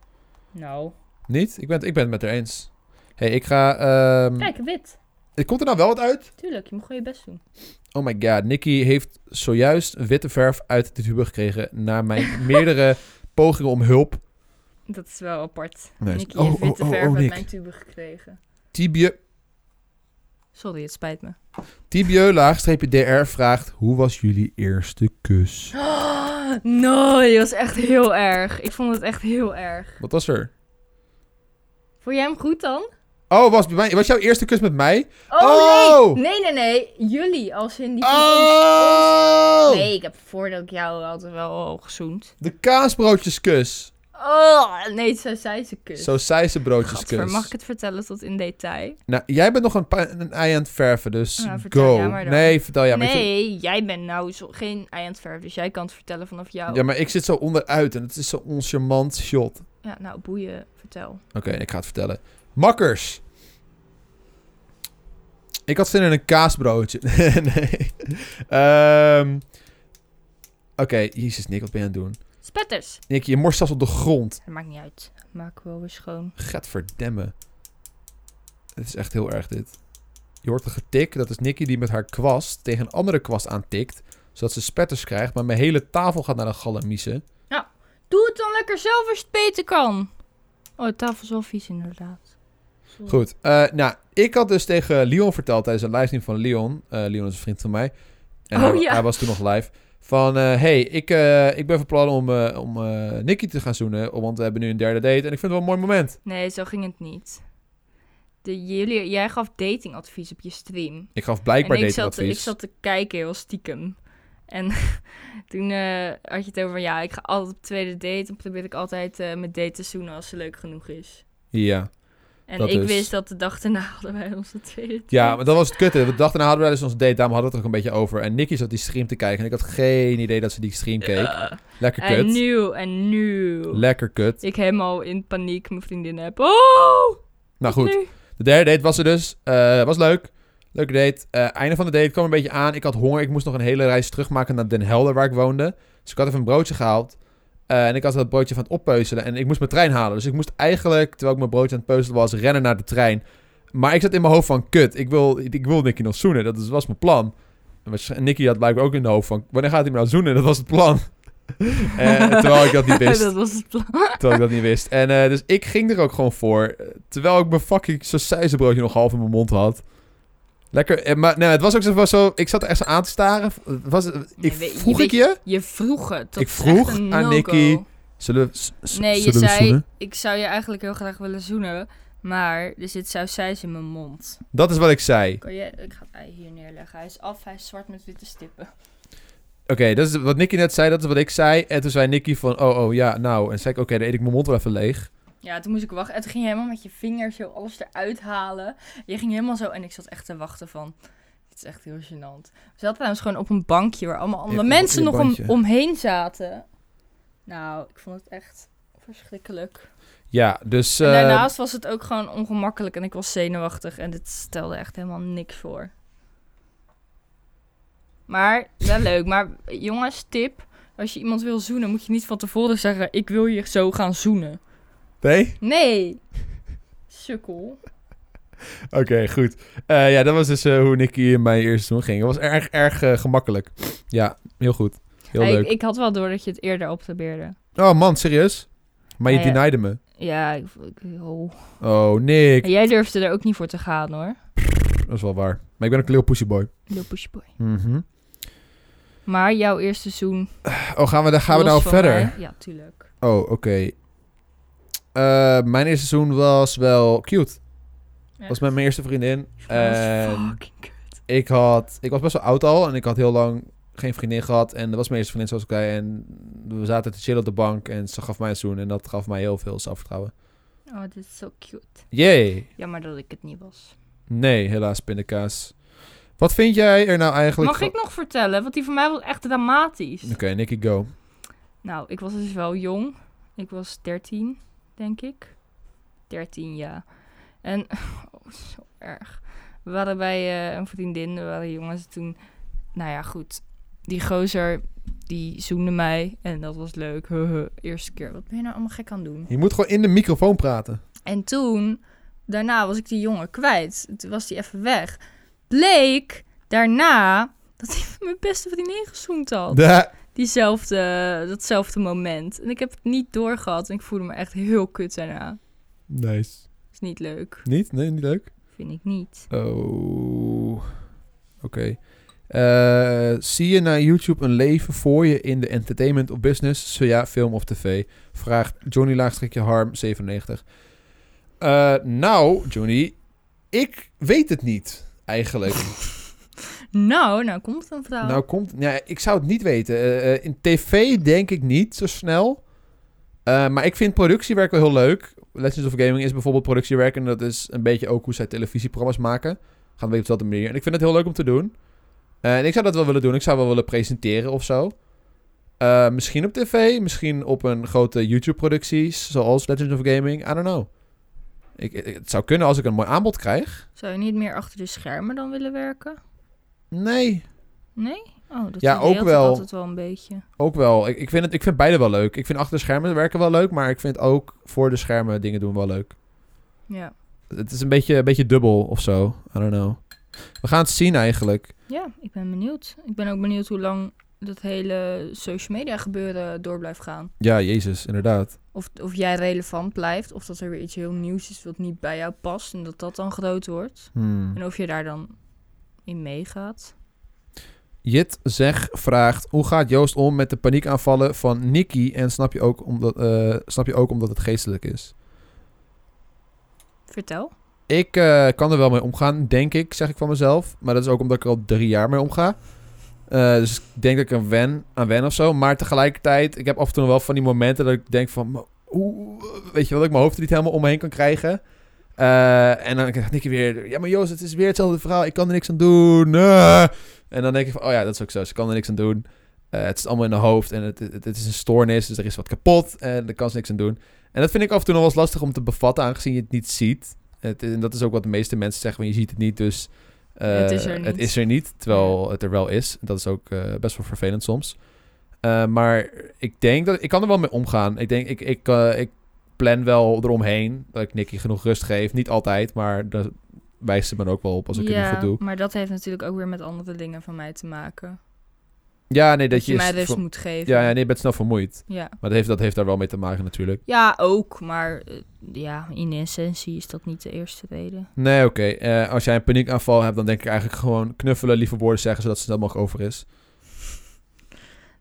Speaker 2: Nou,
Speaker 1: Niet? Ik ben, het- ik ben het met haar eens. hey, ik ga... ehm,
Speaker 2: kijk, wit.
Speaker 1: Er komt er nou wel wat uit?
Speaker 2: Tuurlijk, je moet gewoon je best doen.
Speaker 1: Oh my god, Nicky heeft zojuist witte verf uit de tube gekregen... na mijn meerdere pogingen om hulp.
Speaker 2: Dat is wel apart.
Speaker 1: Nee,
Speaker 2: Nicky
Speaker 1: oh,
Speaker 2: heeft
Speaker 1: oh,
Speaker 2: witte
Speaker 1: oh,
Speaker 2: verf
Speaker 1: oh,
Speaker 2: uit
Speaker 1: Nick.
Speaker 2: mijn tube gekregen.
Speaker 1: Tibie,
Speaker 2: Sorry, het spijt me.
Speaker 1: Tibie laagstreepje DR vraagt... Hoe was jullie eerste kus?
Speaker 2: no, die was echt heel erg. Ik vond het echt heel erg.
Speaker 1: Wat was er?
Speaker 2: Vond jij hem goed dan?
Speaker 1: Oh, was, bij mij, was jouw eerste kus met mij?
Speaker 2: Oh,
Speaker 1: Oh!
Speaker 2: Nee. nee, nee, nee. Jullie, als in die van ons.
Speaker 1: Oh!
Speaker 2: Nee, ik heb voordat ik jou had wel gezoend.
Speaker 1: De kaasbroodjeskus.
Speaker 2: Oh, nee, zo zei ze kus.
Speaker 1: Zo broodjeskus.
Speaker 2: Gadver, mag ik het vertellen tot in detail?
Speaker 1: Nou, jij bent nog een, pa- een ei aan het verven, dus
Speaker 2: Nou, vertel
Speaker 1: go.
Speaker 2: jij maar dan.
Speaker 1: nee, vertel jij maar. ik zit-
Speaker 2: nee, jij bent nou zo, geen ei aan het verf, dus jij kan het vertellen vanaf jou.
Speaker 1: Ja,
Speaker 2: Ja,
Speaker 1: maar ik zit zo onderuit en het is zo'n oncharmant shot.
Speaker 2: nou, boeien, vertel.
Speaker 1: Oké, ik ga het vertellen. Makkers. Ik had zin in een kaasbroodje. nee. Ehm, Oké, jezus Nick, wat ben je aan het doen?
Speaker 2: Spetters.
Speaker 1: Nick, je morst zelfs op de grond.
Speaker 2: Dat maakt niet uit. Maak ik wel weer schoon.
Speaker 1: Get verdemmen. Het is echt heel erg dit. Je hoort een getik. Dat is Nicky die met haar kwast tegen een andere kwast aantikt. Zodat ze spetters krijgt. Maar mijn hele tafel gaat naar de galamiese.
Speaker 2: Mm. Doe het dan lekker zelf als je het beter kan. Oh, de tafel is wel vies inderdaad. Sorry.
Speaker 1: Goed. eh, nou, ik had dus tegen Leon verteld tijdens een livestream van Leon. Eh, Leon is een vriend van mij. En
Speaker 2: Oh,
Speaker 1: hij,
Speaker 2: ja.
Speaker 1: hij was toen nog live. Van, eh, hey, ik, eh, ik ben van plan om, eh, om eh, Nicky te gaan zoenen. Want we hebben nu een derde date. En ik vind het wel een mooi moment.
Speaker 2: Nee, zo ging het niet. De, jullie, jij gaf datingadvies op je stream.
Speaker 1: Ik gaf blijkbaar
Speaker 2: en ik
Speaker 1: deze
Speaker 2: zat, ik
Speaker 1: advies.
Speaker 2: zat te kijken, heel stiekem. En toen eh, had je het over, ja, ik ga altijd op tweede date. En probeer ik altijd eh mijn date te zoenen als ze leuk genoeg is.
Speaker 1: Ja.
Speaker 2: En
Speaker 1: Dat
Speaker 2: ik
Speaker 1: is-
Speaker 2: wist dat de dag daarna hadden wij onze tweede date.
Speaker 1: Ja, maar dat was het kutte. We dachten, nou hadden wij dus onze date, daarom hadden we het er ook een beetje over. En Nicky zat die stream te kijken en ik had geen idee dat ze die stream keek. Lekker
Speaker 2: En
Speaker 1: kut.
Speaker 2: nieuw, en nieuw.
Speaker 1: Lekker kut.
Speaker 2: Ik helemaal in paniek mijn vriendin heb. Oh!
Speaker 1: Nou
Speaker 2: wat
Speaker 1: goed,
Speaker 2: nu?
Speaker 1: de derde date was er dus. Eh, was leuk. Leuke date. Eh, einde van de date kwam een beetje aan. Ik had honger. Ik moest nog een hele reis terugmaken naar Den Helder, waar ik woonde. Dus ik had even een broodje gehaald. Eh, en ik was dat broodje van het oppeuzelen. En ik moest mijn trein halen. Dus ik moest eigenlijk, terwijl ik mijn broodje aan het peuzelen was, rennen naar de trein. Maar ik zat in mijn hoofd van, kut, ik wil, ik wil Nicky nog zoenen. Dat is- was mijn plan. En waarsch- En Nicky had blijkbaar ook in de hoofd van, wanneer gaat hij me nou zoenen? Dat was het plan. Eh, terwijl ik dat niet wist.
Speaker 2: dat was het plan.
Speaker 1: Terwijl ik dat niet wist. En eh, dus ik ging er ook gewoon voor. eh, Terwijl ik mijn fucking sausijzenbroodje nog half in mijn mond had. Lekker. eh, Maar nou, het was ook zo, was zo... Ik zat er echt zo aan te staren. Het Was, eh, ik,
Speaker 2: weet- je
Speaker 1: vroeg ik
Speaker 2: weet-
Speaker 1: je?
Speaker 2: Je vroeg het. Dat
Speaker 1: Ik
Speaker 2: is
Speaker 1: vroeg
Speaker 2: echt een
Speaker 1: aan
Speaker 2: no-go.
Speaker 1: Nicky, Zullen we, s- s-
Speaker 2: Nee, je
Speaker 1: zullen we
Speaker 2: zei,
Speaker 1: zoenen?
Speaker 2: ik zou je eigenlijk heel graag willen zoenen, maar er zit sausijs in mijn mond.
Speaker 1: Dat is wat ik zei.
Speaker 2: Kan je, ik ga het ei hier neerleggen. Hij is af, hij is zwart met witte stippen.
Speaker 1: Oké, dat is wat Nicky net zei. Dat is wat ik zei. En toen zei Nicky van... Oh, oh, ja, nou. En zei ik... Oké, dan eet ik mijn mond wel even leeg.
Speaker 2: Ja, toen moest ik wachten. En toen ging je helemaal met je vingers zo alles eruit halen. Je ging helemaal zo en ik zat echt te wachten van... Dit is echt heel gênant. We zaten trouwens gewoon op een bankje waar allemaal andere
Speaker 1: een-
Speaker 2: mensen
Speaker 1: in een
Speaker 2: nog om,
Speaker 1: bandje.
Speaker 2: omheen zaten. Nou, ik vond het echt verschrikkelijk.
Speaker 1: Ja, dus...
Speaker 2: En
Speaker 1: eh,
Speaker 2: daarnaast was het ook gewoon ongemakkelijk en ik was zenuwachtig en dit stelde echt helemaal niks voor. Maar wel leuk. Maar jongens, tip. Als je iemand wil zoenen, moet je niet van tevoren zeggen: Ik wil je zo gaan zoenen.
Speaker 1: Nee?
Speaker 2: Nee! Sukkel.
Speaker 1: Oké, goed. Eh, ja, dat was dus eh, hoe Nicky in mijn eerste seizoen ging. Het was erg, erg eh, gemakkelijk. Ja, heel goed. Heel
Speaker 2: Hey,
Speaker 1: leuk.
Speaker 2: Ik, ik had wel door dat je het eerder op probeerde.
Speaker 1: Oh man, serieus? Maar je
Speaker 2: Ja, ja.
Speaker 1: deniede me.
Speaker 2: Ja, ik, ik- oh.
Speaker 1: Oh, Nick.
Speaker 2: En jij durfde er ook niet voor te gaan hoor.
Speaker 1: Dat is wel waar. Maar ik ben ook een little pussyboy.
Speaker 2: Little Pushy boy.
Speaker 1: Mhm.
Speaker 2: Maar jouw eerste zoen.
Speaker 1: Oh, gaan we, daar gaan we
Speaker 2: los
Speaker 1: nou
Speaker 2: van
Speaker 1: verder?
Speaker 2: mij- Ja, tuurlijk.
Speaker 1: Oh, oké. Eh, mijn eerste seizoen was wel cute. Was met mijn eh, eerste vriendin.
Speaker 2: Dat was
Speaker 1: En
Speaker 2: fucking kut.
Speaker 1: ik, had, ik was best wel oud al en ik had heel lang geen vriendin gehad. En dat was mijn eerste vriendin, zoals ik zei. En we zaten te chillen op de bank en ze gaf mij een zoen. En dat gaf mij heel veel zelfvertrouwen.
Speaker 2: Oh, dit is zo cute.
Speaker 1: Yay!
Speaker 2: Jammer dat ik het niet was.
Speaker 1: Nee, helaas, pindakaas. Wat vind jij er nou eigenlijk
Speaker 2: Mag ik nog vertellen? Want die van mij was echt dramatisch.
Speaker 1: Oké, Nicky, go.
Speaker 2: Nou, ik was dus wel jong. Ik was 13, denk ik. 13, ja. En, oh, zo erg. We waren bij eh, een vriendin, we waren jongens toen. Nou ja, goed. Die gozer, die zoende mij en dat was leuk. Hehe. Eerste keer, wat ben je nou allemaal gek aan het doen?
Speaker 1: Je moet gewoon in de microfoon praten.
Speaker 2: En toen, daarna was ik die jongen kwijt. Toen was die even weg. Bleek daarna dat hij mijn beste vriendin gezoend had.
Speaker 1: Da-
Speaker 2: Diezelfde, datzelfde moment. En ik heb het niet doorgehad en ik voelde me echt heel kut daarna.
Speaker 1: Nice.
Speaker 2: Is niet leuk.
Speaker 1: Niet? Nee, niet leuk?
Speaker 2: Vind ik niet.
Speaker 1: Oh. Oké. Eh, zie je na YouTube een leven voor je in de entertainment of business? Zo ja, film of tv? Vraagt Johnny laagstreekje harm 97. Eh, nou, Johnny, ik weet het niet eigenlijk.
Speaker 2: Nou, nou komt een vrouw.
Speaker 1: Nou komt, ja, ik zou het niet weten. Eh, eh, in tv denk ik niet zo snel. Eh, maar ik vind productiewerk wel heel leuk. Legends of Gaming is bijvoorbeeld productiewerk. En dat is een beetje ook hoe zij televisieprogramma's maken. Gaan we op dezelfde manier. En ik vind het heel leuk om te doen. Eh, en ik zou dat wel willen doen. Ik zou wel willen presenteren of zo. Eh, misschien op tv. Misschien op een grote YouTube-producties. Zoals Legends of Gaming. I don't know. Ik, ik- het zou kunnen als ik een mooi aanbod krijg.
Speaker 2: Zou je niet meer achter de schermen dan willen werken?
Speaker 1: Nee,
Speaker 2: Nee? Oh, dat
Speaker 1: Ja,
Speaker 2: idee
Speaker 1: ook
Speaker 2: had ik
Speaker 1: wel.
Speaker 2: altijd wel een beetje.
Speaker 1: ook wel. Ik, ik, vind het, ik vind beide wel leuk. Ik vind achter de schermen werken wel leuk, maar ik vind ook voor de schermen dingen doen wel leuk.
Speaker 2: Ja.
Speaker 1: Het is een beetje, een beetje dubbel of zo. I don't know. We gaan het zien eigenlijk.
Speaker 2: ja, ik ben benieuwd. Ik ben ook benieuwd hoe lang dat hele social media gebeuren door blijft gaan.
Speaker 1: Ja, Jezus, inderdaad.
Speaker 2: Of, of jij relevant blijft, of dat er weer iets heel nieuws is wat niet bij jou past en dat dat dan groot wordt.
Speaker 1: Hmm.
Speaker 2: En of je daar dan in meegaat.
Speaker 1: Jit zeg vraagt: Hoe gaat Joost om met de paniekaanvallen van Nicky? En snap je ook omdat, eh, snap je ook omdat het geestelijk is?
Speaker 2: Vertel.
Speaker 1: Ik eh, kan er wel mee omgaan, denk ik, zeg ik van mezelf. Maar dat is ook omdat ik er al drie jaar mee omga. Eh, dus ik denk dat ik er wen, aan wen of zo. Maar tegelijkertijd, ik heb af en toe nog wel van die momenten dat ik denk van... maar Hoe, weet je wel, dat ik mijn hoofd er niet helemaal omheen kan krijgen. Eh, en dan denk ik weer... Ja, maar Joost, het is weer hetzelfde verhaal. Ik kan er niks aan doen. eh." En dan denk ik van... Oh ja, dat is ook zo. Ze kan er niks aan doen. Eh, het zit allemaal in de hoofd. En het, het, het is een stoornis. Dus er is wat kapot. En daar kan ze niks aan doen. En dat vind ik af en toe nog wel eens lastig om te bevatten... aangezien je het niet ziet. Het, en dat is ook wat de meeste mensen zeggen, want je ziet het niet, dus eh,
Speaker 2: Het is er
Speaker 1: het
Speaker 2: niet.
Speaker 1: is er niet. Terwijl het er wel is. Dat is ook eh, best wel vervelend soms. Eh, maar ik denk dat ik kan er wel mee omgaan. Ik denk, ik, ik, eh, ik plan wel eromheen dat ik Nicky genoeg rust geef. Niet altijd, maar daar wijst ze me ook wel op als ik het
Speaker 2: ja,
Speaker 1: niet goed doe.
Speaker 2: maar dat heeft natuurlijk ook weer met andere dingen van mij te maken.
Speaker 1: Ja, nee, dat,
Speaker 2: je,
Speaker 1: je,
Speaker 2: mij dus
Speaker 1: is
Speaker 2: rust
Speaker 1: ver-
Speaker 2: moet geven.
Speaker 1: ja, ja, nee, je bent snel vermoeid.
Speaker 2: ja.
Speaker 1: Maar dat heeft, dat heeft daar wel mee te maken natuurlijk.
Speaker 2: Ja, ook, maar eh, ja, in essentie is dat niet de eerste reden.
Speaker 1: Nee, oké. Eh, als jij een paniekaanval hebt, dan denk ik eigenlijk gewoon knuffelen, lieve woorden zeggen, zodat ze snel mogelijk over is.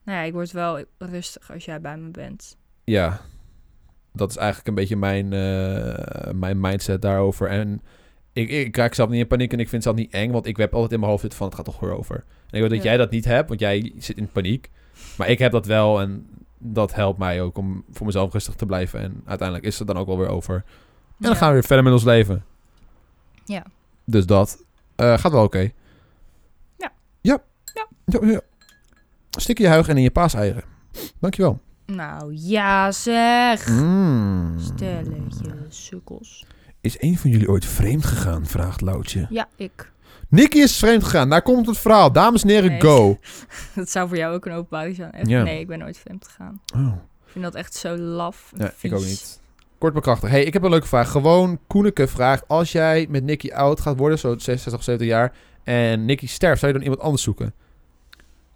Speaker 2: Nou ja, ik word wel rustig als jij bij me bent.
Speaker 1: ja, dat is eigenlijk een beetje mijn, eh, mijn mindset daarover. En ik, ik raak zelf niet in paniek en ik vind het zelf niet eng, want ik heb altijd in mijn hoofd zitten van het gaat toch weer over. En ik weet dat
Speaker 2: Ja.
Speaker 1: jij dat niet hebt, want jij zit in paniek. Maar ik heb dat wel en dat helpt mij ook om voor mezelf rustig te blijven. En uiteindelijk is het dan ook wel weer over. En dan
Speaker 2: Ja.
Speaker 1: gaan we weer verder met ons leven.
Speaker 2: Ja.
Speaker 1: Dus dat eh, gaat wel oké.
Speaker 2: Ja.
Speaker 1: Ja.
Speaker 2: Ja.
Speaker 1: ja. ja. Stik in je huig en in je paaseieren. Dankjewel.
Speaker 2: Nou ja, zeg!
Speaker 1: Mm.
Speaker 2: Stelletje sukkels.
Speaker 1: Is een van jullie ooit vreemd gegaan? Vraagt Loutje.
Speaker 2: Ja, ik.
Speaker 1: Nicky is vreemd gegaan. Daar komt het verhaal. Dames en heren,
Speaker 2: Nee.
Speaker 1: go.
Speaker 2: Dat zou voor jou ook een openbaring zijn. Echt,
Speaker 1: Ja.
Speaker 2: Nee, ik ben nooit vreemd gegaan.
Speaker 1: Oh.
Speaker 2: Ik vind dat echt zo laf. en
Speaker 1: Ja, ik ook
Speaker 2: vies.
Speaker 1: niet. Kort maar krachtig. Hey, ik heb een leuke vraag. Gewoon Koeneke vraagt: als jij met Nicky oud gaat worden, zo 66 of 70 jaar, en Nicky sterft, zou je dan iemand anders zoeken?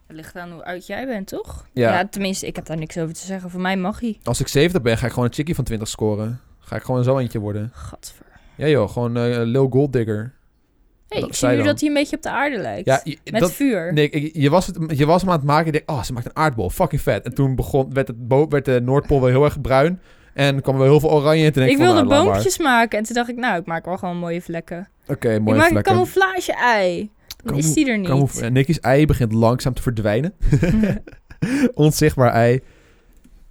Speaker 2: Het ligt aan hoe oud jij bent, toch?
Speaker 1: Ja.
Speaker 2: tenminste, ik heb daar niks over te zeggen. Voor mij mag hij.
Speaker 1: Als ik 70 ben, ga ik gewoon een chickie van 20 scoren. Ga ik gewoon zo eentje worden.
Speaker 2: Gadver.
Speaker 1: Ja joh, gewoon eh Lil Golddigger.
Speaker 2: Hey,
Speaker 1: Dat
Speaker 2: ik zie
Speaker 1: zij
Speaker 2: nu
Speaker 1: dan.
Speaker 2: dat hij een beetje op de aarde lijkt.
Speaker 1: Ja, je-
Speaker 2: Met
Speaker 1: dat,
Speaker 2: vuur.
Speaker 1: Nee, ik- je, was het, je was hem aan het maken en je dacht, oh, ze maakt een aardbol. Fucking vet. En toen begon, werd, het bo- werd de Noordpool wel heel erg bruin. En kwam er wel heel veel oranje in. Toen denk
Speaker 2: ik
Speaker 1: van,
Speaker 2: wilde
Speaker 1: nou, laat maar.
Speaker 2: boompjes maken en toen dacht ik, nou, ik maak wel gewoon mooie vlekken.
Speaker 1: Oké, mooi.
Speaker 2: ik maak
Speaker 1: vlekken.
Speaker 2: een camouflage-ei. Dan
Speaker 1: Camo-
Speaker 2: is die er niet.
Speaker 1: Camouf- En Nicky's ei begint langzaam te verdwijnen. Onzichtbaar ei.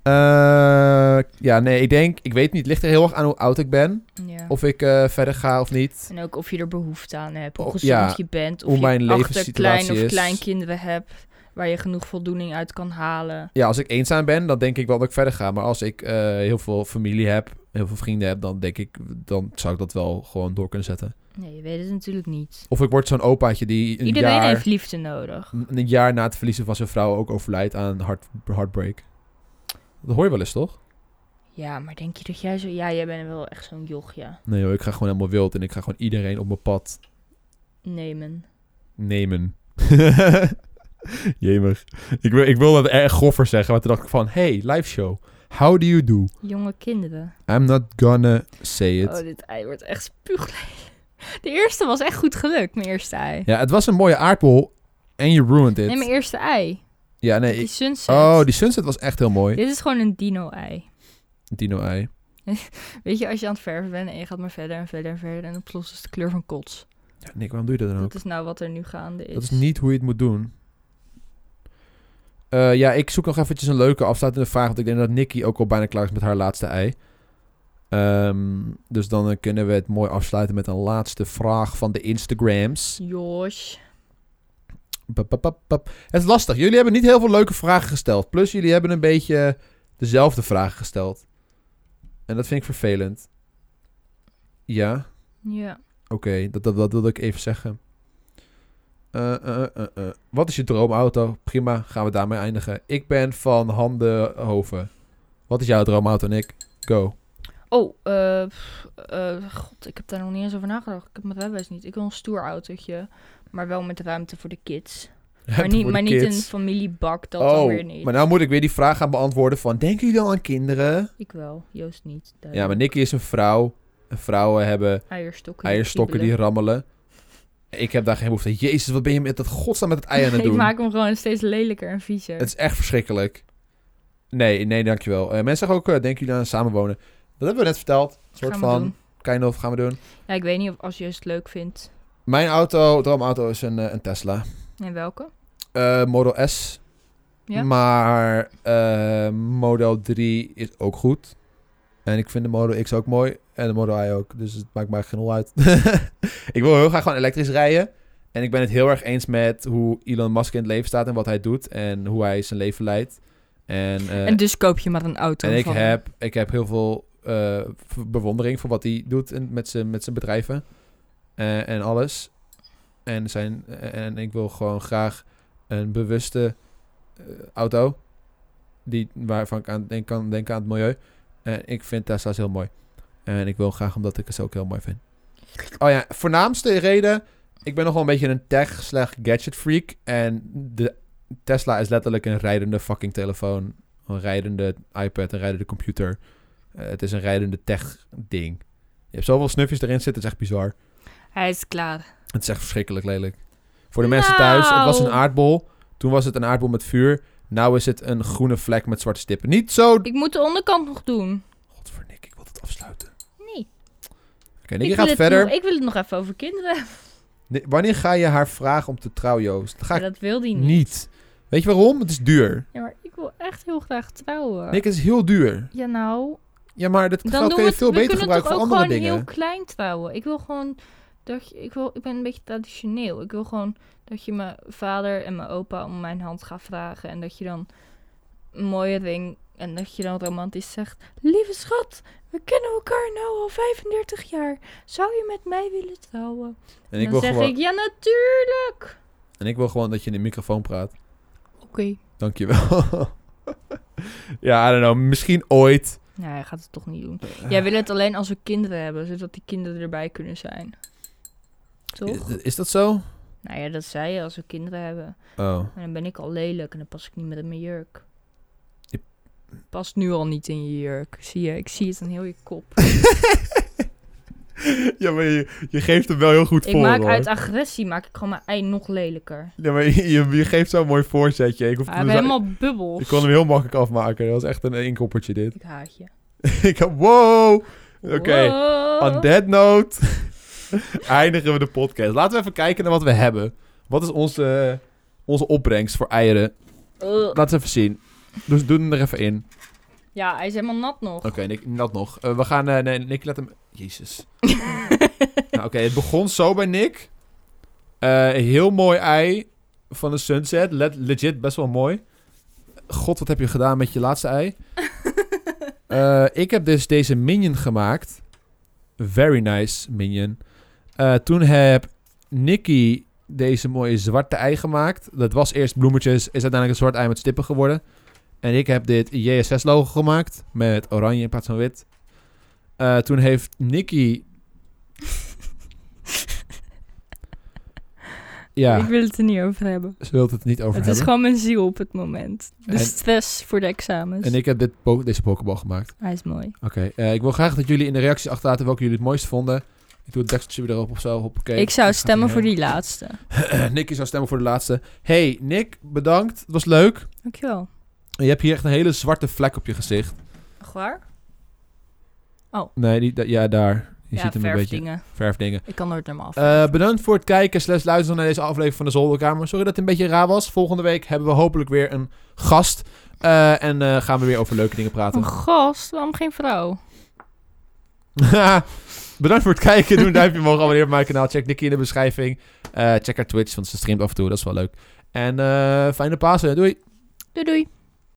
Speaker 1: Eh, ja, nee, ik denk, ik weet niet. Het ligt er heel erg aan hoe oud ik ben.
Speaker 2: ja.
Speaker 1: Of ik eh, verder ga of niet.
Speaker 2: en ook of je er behoefte aan hebt, hoe
Speaker 1: Oh,
Speaker 2: gezond
Speaker 1: ja,
Speaker 2: je bent, of
Speaker 1: hoe
Speaker 2: je
Speaker 1: mijn
Speaker 2: achter
Speaker 1: levenssituatie
Speaker 2: klein of
Speaker 1: is.
Speaker 2: kleinkinderen hebt, waar je genoeg voldoening uit kan halen.
Speaker 1: Ja, als ik eenzaam ben, dan denk ik wel dat ik verder ga. Maar als ik eh, heel veel familie heb, heel veel vrienden heb, dan denk ik, dan zou ik dat wel gewoon door kunnen zetten.
Speaker 2: Nee, je weet het natuurlijk niet.
Speaker 1: Of ik word zo'n opaatje die een
Speaker 2: Iedereen
Speaker 1: jaar,
Speaker 2: heeft liefde nodig.
Speaker 1: een jaar na het verliezen van zijn vrouw ook overlijdt aan hart heartbreak. Dat hoor je wel eens, toch?
Speaker 2: Ja, maar denk je dat jij zo... Ja, jij bent wel echt zo'n jochje.
Speaker 1: Nee joh, ik ga gewoon helemaal wild en ik ga gewoon iedereen op mijn pad
Speaker 2: Nemen.
Speaker 1: nemen. Jemig. Ik wil, ik wil dat erg goffer zeggen, maar toen dacht ik van... Hey, live show. How do you do?
Speaker 2: Jonge kinderen.
Speaker 1: I'm not gonna say it.
Speaker 2: Oh, dit ei wordt echt spuuglelijk. De eerste was echt goed gelukt, mijn eerste ei.
Speaker 1: Ja, het was een mooie aardbol en je ruined it.
Speaker 2: Nee, mijn eerste ei.
Speaker 1: ja, nee.
Speaker 2: Die
Speaker 1: ik-
Speaker 2: sunset.
Speaker 1: oh, die sunset was echt heel mooi.
Speaker 2: Dit is gewoon een dino-ei.
Speaker 1: Dino-ei.
Speaker 2: Weet je, als je aan het verven bent en je gaat maar verder en verder en verder... en dan plots is het de kleur van kots.
Speaker 1: Ja, Nick, waarom doe je dat dan ook?
Speaker 2: Dat is nou wat er nu gaande is.
Speaker 1: Dat is niet hoe je het moet doen. Eh, ja, ik zoek nog eventjes een leuke afsluitende vraag. Want ik denk dat Nikki ook al bijna klaar is met haar laatste ei. Ehm, dus dan eh, kunnen we het mooi afsluiten met een laatste vraag van de Instagrams.
Speaker 2: Josh.
Speaker 1: Pap, pap, pap, pap. Het is lastig. Jullie hebben niet heel veel leuke vragen gesteld. Plus jullie hebben een beetje dezelfde vragen gesteld. En dat vind ik vervelend. Ja,
Speaker 2: Ja.
Speaker 1: oké. Dat, dat, dat wilde ik even zeggen. Eh, eh, eh, eh, eh. Wat is je droomauto? Prima, gaan we daarmee eindigen. Ik ben van Handenhoven. Wat is jouw droomauto, Nick? Go.
Speaker 2: Oh, eh, pff, eh, god, ik heb daar nog niet eens over nagedacht. Ik heb mijn rijbewijs niet. Ik wil een stoer autootje, maar wel met ruimte voor de kids. Maar niet,
Speaker 1: Voor de
Speaker 2: maar niet een
Speaker 1: kids.
Speaker 2: familiebak, dat
Speaker 1: oh,
Speaker 2: dan weer niet.
Speaker 1: maar nou moet ik weer die vraag gaan beantwoorden van... Denken jullie dan aan kinderen?
Speaker 2: Ik wel, Joost niet.
Speaker 1: Ja, maar Nicky is een vrouw. En vrouwen hebben
Speaker 2: Eierstokken.
Speaker 1: eierstokken die
Speaker 2: kiebelen.
Speaker 1: rammelen. Ik heb daar geen behoefte aan. Jezus, wat ben je met dat godsnaam met het ei aan het
Speaker 2: Ik
Speaker 1: doen?
Speaker 2: maak hem gewoon steeds lelijker en viezer.
Speaker 1: Het is echt verschrikkelijk. Nee, nee, dankjewel. Eh, mensen zeggen ook, eh, denken jullie aan samenwonen? Dat hebben we net verteld. Een soort
Speaker 2: Gaan we
Speaker 1: van,
Speaker 2: doen.
Speaker 1: kind of, gaan we doen.
Speaker 2: Ja, ik weet niet of als je het leuk vindt.
Speaker 1: Mijn auto, droomauto, is een, eh, een Tesla.
Speaker 2: En welke?
Speaker 1: Eh, Model S.
Speaker 2: Ja.
Speaker 1: Maar eh, Model 3 is ook goed. En ik vind de Model X ook mooi. En de Model I ook. Dus het maakt mij geen hol uit. ik wil heel graag gewoon elektrisch rijden. En ik ben het heel erg eens met hoe Elon Musk in het leven staat. En wat hij doet. En hoe hij zijn leven leidt. En, eh,
Speaker 2: en dus koop je maar een auto.
Speaker 1: en ik
Speaker 2: van-
Speaker 1: heb, ik heb heel veel eh, v- bewondering voor wat hij doet in, met zijn met zijn bedrijven Eh, en alles. En, zijn, eh, en ik wil gewoon graag een bewuste eh, auto die, waarvan ik aan denk, kan denken aan het milieu. En ik vind Tesla's heel mooi. En ik wil graag omdat ik het ook heel mooi vind. Oh ja, voornaamste reden. Ik ben nogal een beetje een tech slash gadget freak. En de Tesla is letterlijk een rijdende fucking telefoon. Een rijdende iPad, een rijdende computer. Eh, het is een rijdende tech ding. Je hebt zoveel snufjes erin zitten, het is echt bizar.
Speaker 2: Hij is klaar.
Speaker 1: Het is echt verschrikkelijk lelijk. Voor de mensen
Speaker 2: Nou.
Speaker 1: thuis, het was een aardbol. Toen was het een aardbol met vuur. Nou is het een groene vlek met zwarte stippen. Niet zo...
Speaker 2: Ik moet de onderkant nog doen.
Speaker 1: Godver Nick, ik wil het afsluiten.
Speaker 2: Nee.
Speaker 1: Oké, Nick, je
Speaker 2: wil
Speaker 1: gaat
Speaker 2: het
Speaker 1: verder.
Speaker 2: nog- e- ik wil het nog even over kinderen.
Speaker 1: Nee, Wanneer ga je haar vragen om te trouwen, Joost? Dat ga ik
Speaker 2: dat wil hij
Speaker 1: niet.
Speaker 2: niet.
Speaker 1: Weet je waarom? Het is duur.
Speaker 2: Ja, maar ik wil echt heel graag trouwen.
Speaker 1: Nick, het is heel duur.
Speaker 2: Ja, nou.
Speaker 1: Ja, maar dat
Speaker 2: Dan
Speaker 1: geld
Speaker 2: doen
Speaker 1: kun
Speaker 2: we
Speaker 1: je
Speaker 2: het.
Speaker 1: veel
Speaker 2: we
Speaker 1: beter
Speaker 2: kunnen
Speaker 1: gebruiken
Speaker 2: toch
Speaker 1: voor
Speaker 2: ook
Speaker 1: andere
Speaker 2: gewoon
Speaker 1: dingen.
Speaker 2: heel klein trouwen. Ik wil gewoon dat je, ik, wil, ik ben een beetje traditioneel. Ik wil gewoon dat je mijn vader en mijn opa om mijn hand gaat vragen. En dat je dan een mooie ring. En dat je dan romantisch zegt: Lieve schat, we kennen elkaar nou al 35 jaar. Zou je met mij willen trouwen?
Speaker 1: En ik,
Speaker 2: dan
Speaker 1: wil
Speaker 2: zeg
Speaker 1: gewoon,
Speaker 2: ik: Ja, natuurlijk.
Speaker 1: en ik wil gewoon dat je in de microfoon praat.
Speaker 2: Oké.
Speaker 1: Dankjewel. ja, I don't know. Misschien ooit.
Speaker 2: Nou, hij gaat het toch niet doen.
Speaker 1: Eh.
Speaker 2: Jij wil het alleen als we kinderen hebben, zodat die kinderen erbij kunnen zijn. Toch?
Speaker 1: Is, is dat zo?
Speaker 2: Nou ja, dat zei je als we kinderen hebben.
Speaker 1: Oh.
Speaker 2: En dan ben ik al lelijk en dan pas ik niet meer in mijn jurk.
Speaker 1: Je-
Speaker 2: Past nu al niet in je jurk. Zie je, ik zie het aan heel je kop.
Speaker 1: ja, maar je, je geeft hem wel heel goed
Speaker 2: ik
Speaker 1: voor,
Speaker 2: maak
Speaker 1: hoor.
Speaker 2: uit agressie maak ik gewoon mijn ei nog lelijker.
Speaker 1: Ja, maar je, je geeft zo'n mooi voorzetje. Ik, hoef
Speaker 2: Hij
Speaker 1: hem
Speaker 2: heeft
Speaker 1: zo-
Speaker 2: helemaal bubbels.
Speaker 1: ik kon hem heel makkelijk afmaken. Dat was echt een inkoppertje, dit.
Speaker 2: Ik haat je.
Speaker 1: ik heb... Wow! Oké.
Speaker 2: Wow.
Speaker 1: On that note eindigen we de podcast. Laten we even kijken naar wat we hebben. Wat is onze, onze opbrengst voor eieren?
Speaker 2: Ugh.
Speaker 1: Laten we even zien. Dus doe hem er even in.
Speaker 2: Ja, hij is helemaal nat nog.
Speaker 1: Oké, Nick, dat nog. Eh, we gaan... eh, nee, Nick, laat hem... Jezus. nou, Oké, het begon zo bij Nick. Eh, heel mooi ei van de sunset. Le- legit, best wel mooi. God, wat heb je gedaan met je laatste ei? Eh, ik heb dus deze minion gemaakt. Very nice minion. Eh, toen heb Nicky deze mooie zwarte ei gemaakt. Dat was eerst bloemetjes, is uiteindelijk een zwart ei met stippen geworden. En ik heb dit JSS-logo gemaakt met oranje in plaats van wit. Eh, toen heeft Nicky. ja,
Speaker 2: Ik wil het er niet over hebben.
Speaker 1: ze wil het niet over
Speaker 2: het
Speaker 1: hebben.
Speaker 2: is gewoon mijn ziel op het moment. De
Speaker 1: En-
Speaker 2: stress voor de examens.
Speaker 1: En ik heb dit po- deze pokeball gemaakt.
Speaker 2: Hij is mooi.
Speaker 1: Oké, eh, ik wil graag dat jullie in de reacties achterlaten welke jullie het mooist vonden. Ik doe het dekseltje weer erop of zo. Hoppakee.
Speaker 2: ik zou
Speaker 1: Dat gaat
Speaker 2: stemmen
Speaker 1: hierheen.
Speaker 2: voor die laatste.
Speaker 1: Nicky zou stemmen voor de laatste. Hey, Nick, bedankt. Het was leuk.
Speaker 2: Dankjewel.
Speaker 1: Je hebt hier echt een hele zwarte vlek op je gezicht.
Speaker 2: Echt waar?
Speaker 1: Nee, die, da- ja, daar. Je
Speaker 2: ja,
Speaker 1: ziet hem een beetje.
Speaker 2: verfdingen.
Speaker 1: Verfdingen.
Speaker 2: Ik kan nooit naar me af.
Speaker 1: Eh, bedankt voor het kijken slash luisteren naar deze aflevering van de Zolderkamer. Sorry dat het een beetje raar was. Volgende week hebben we hopelijk weer een gast. Eh, en eh, gaan we weer over leuke dingen praten.
Speaker 2: een gast? Waarom geen vrouw?
Speaker 1: Bedankt voor het kijken. Doe een duimpje omhoog. Abonneer op mijn kanaal. Check Nicky in de beschrijving. Eh, check haar Twitch, want ze streamt af en toe. Dat is wel leuk. En eh, fijne Pasen. Doei.
Speaker 2: Doei doei.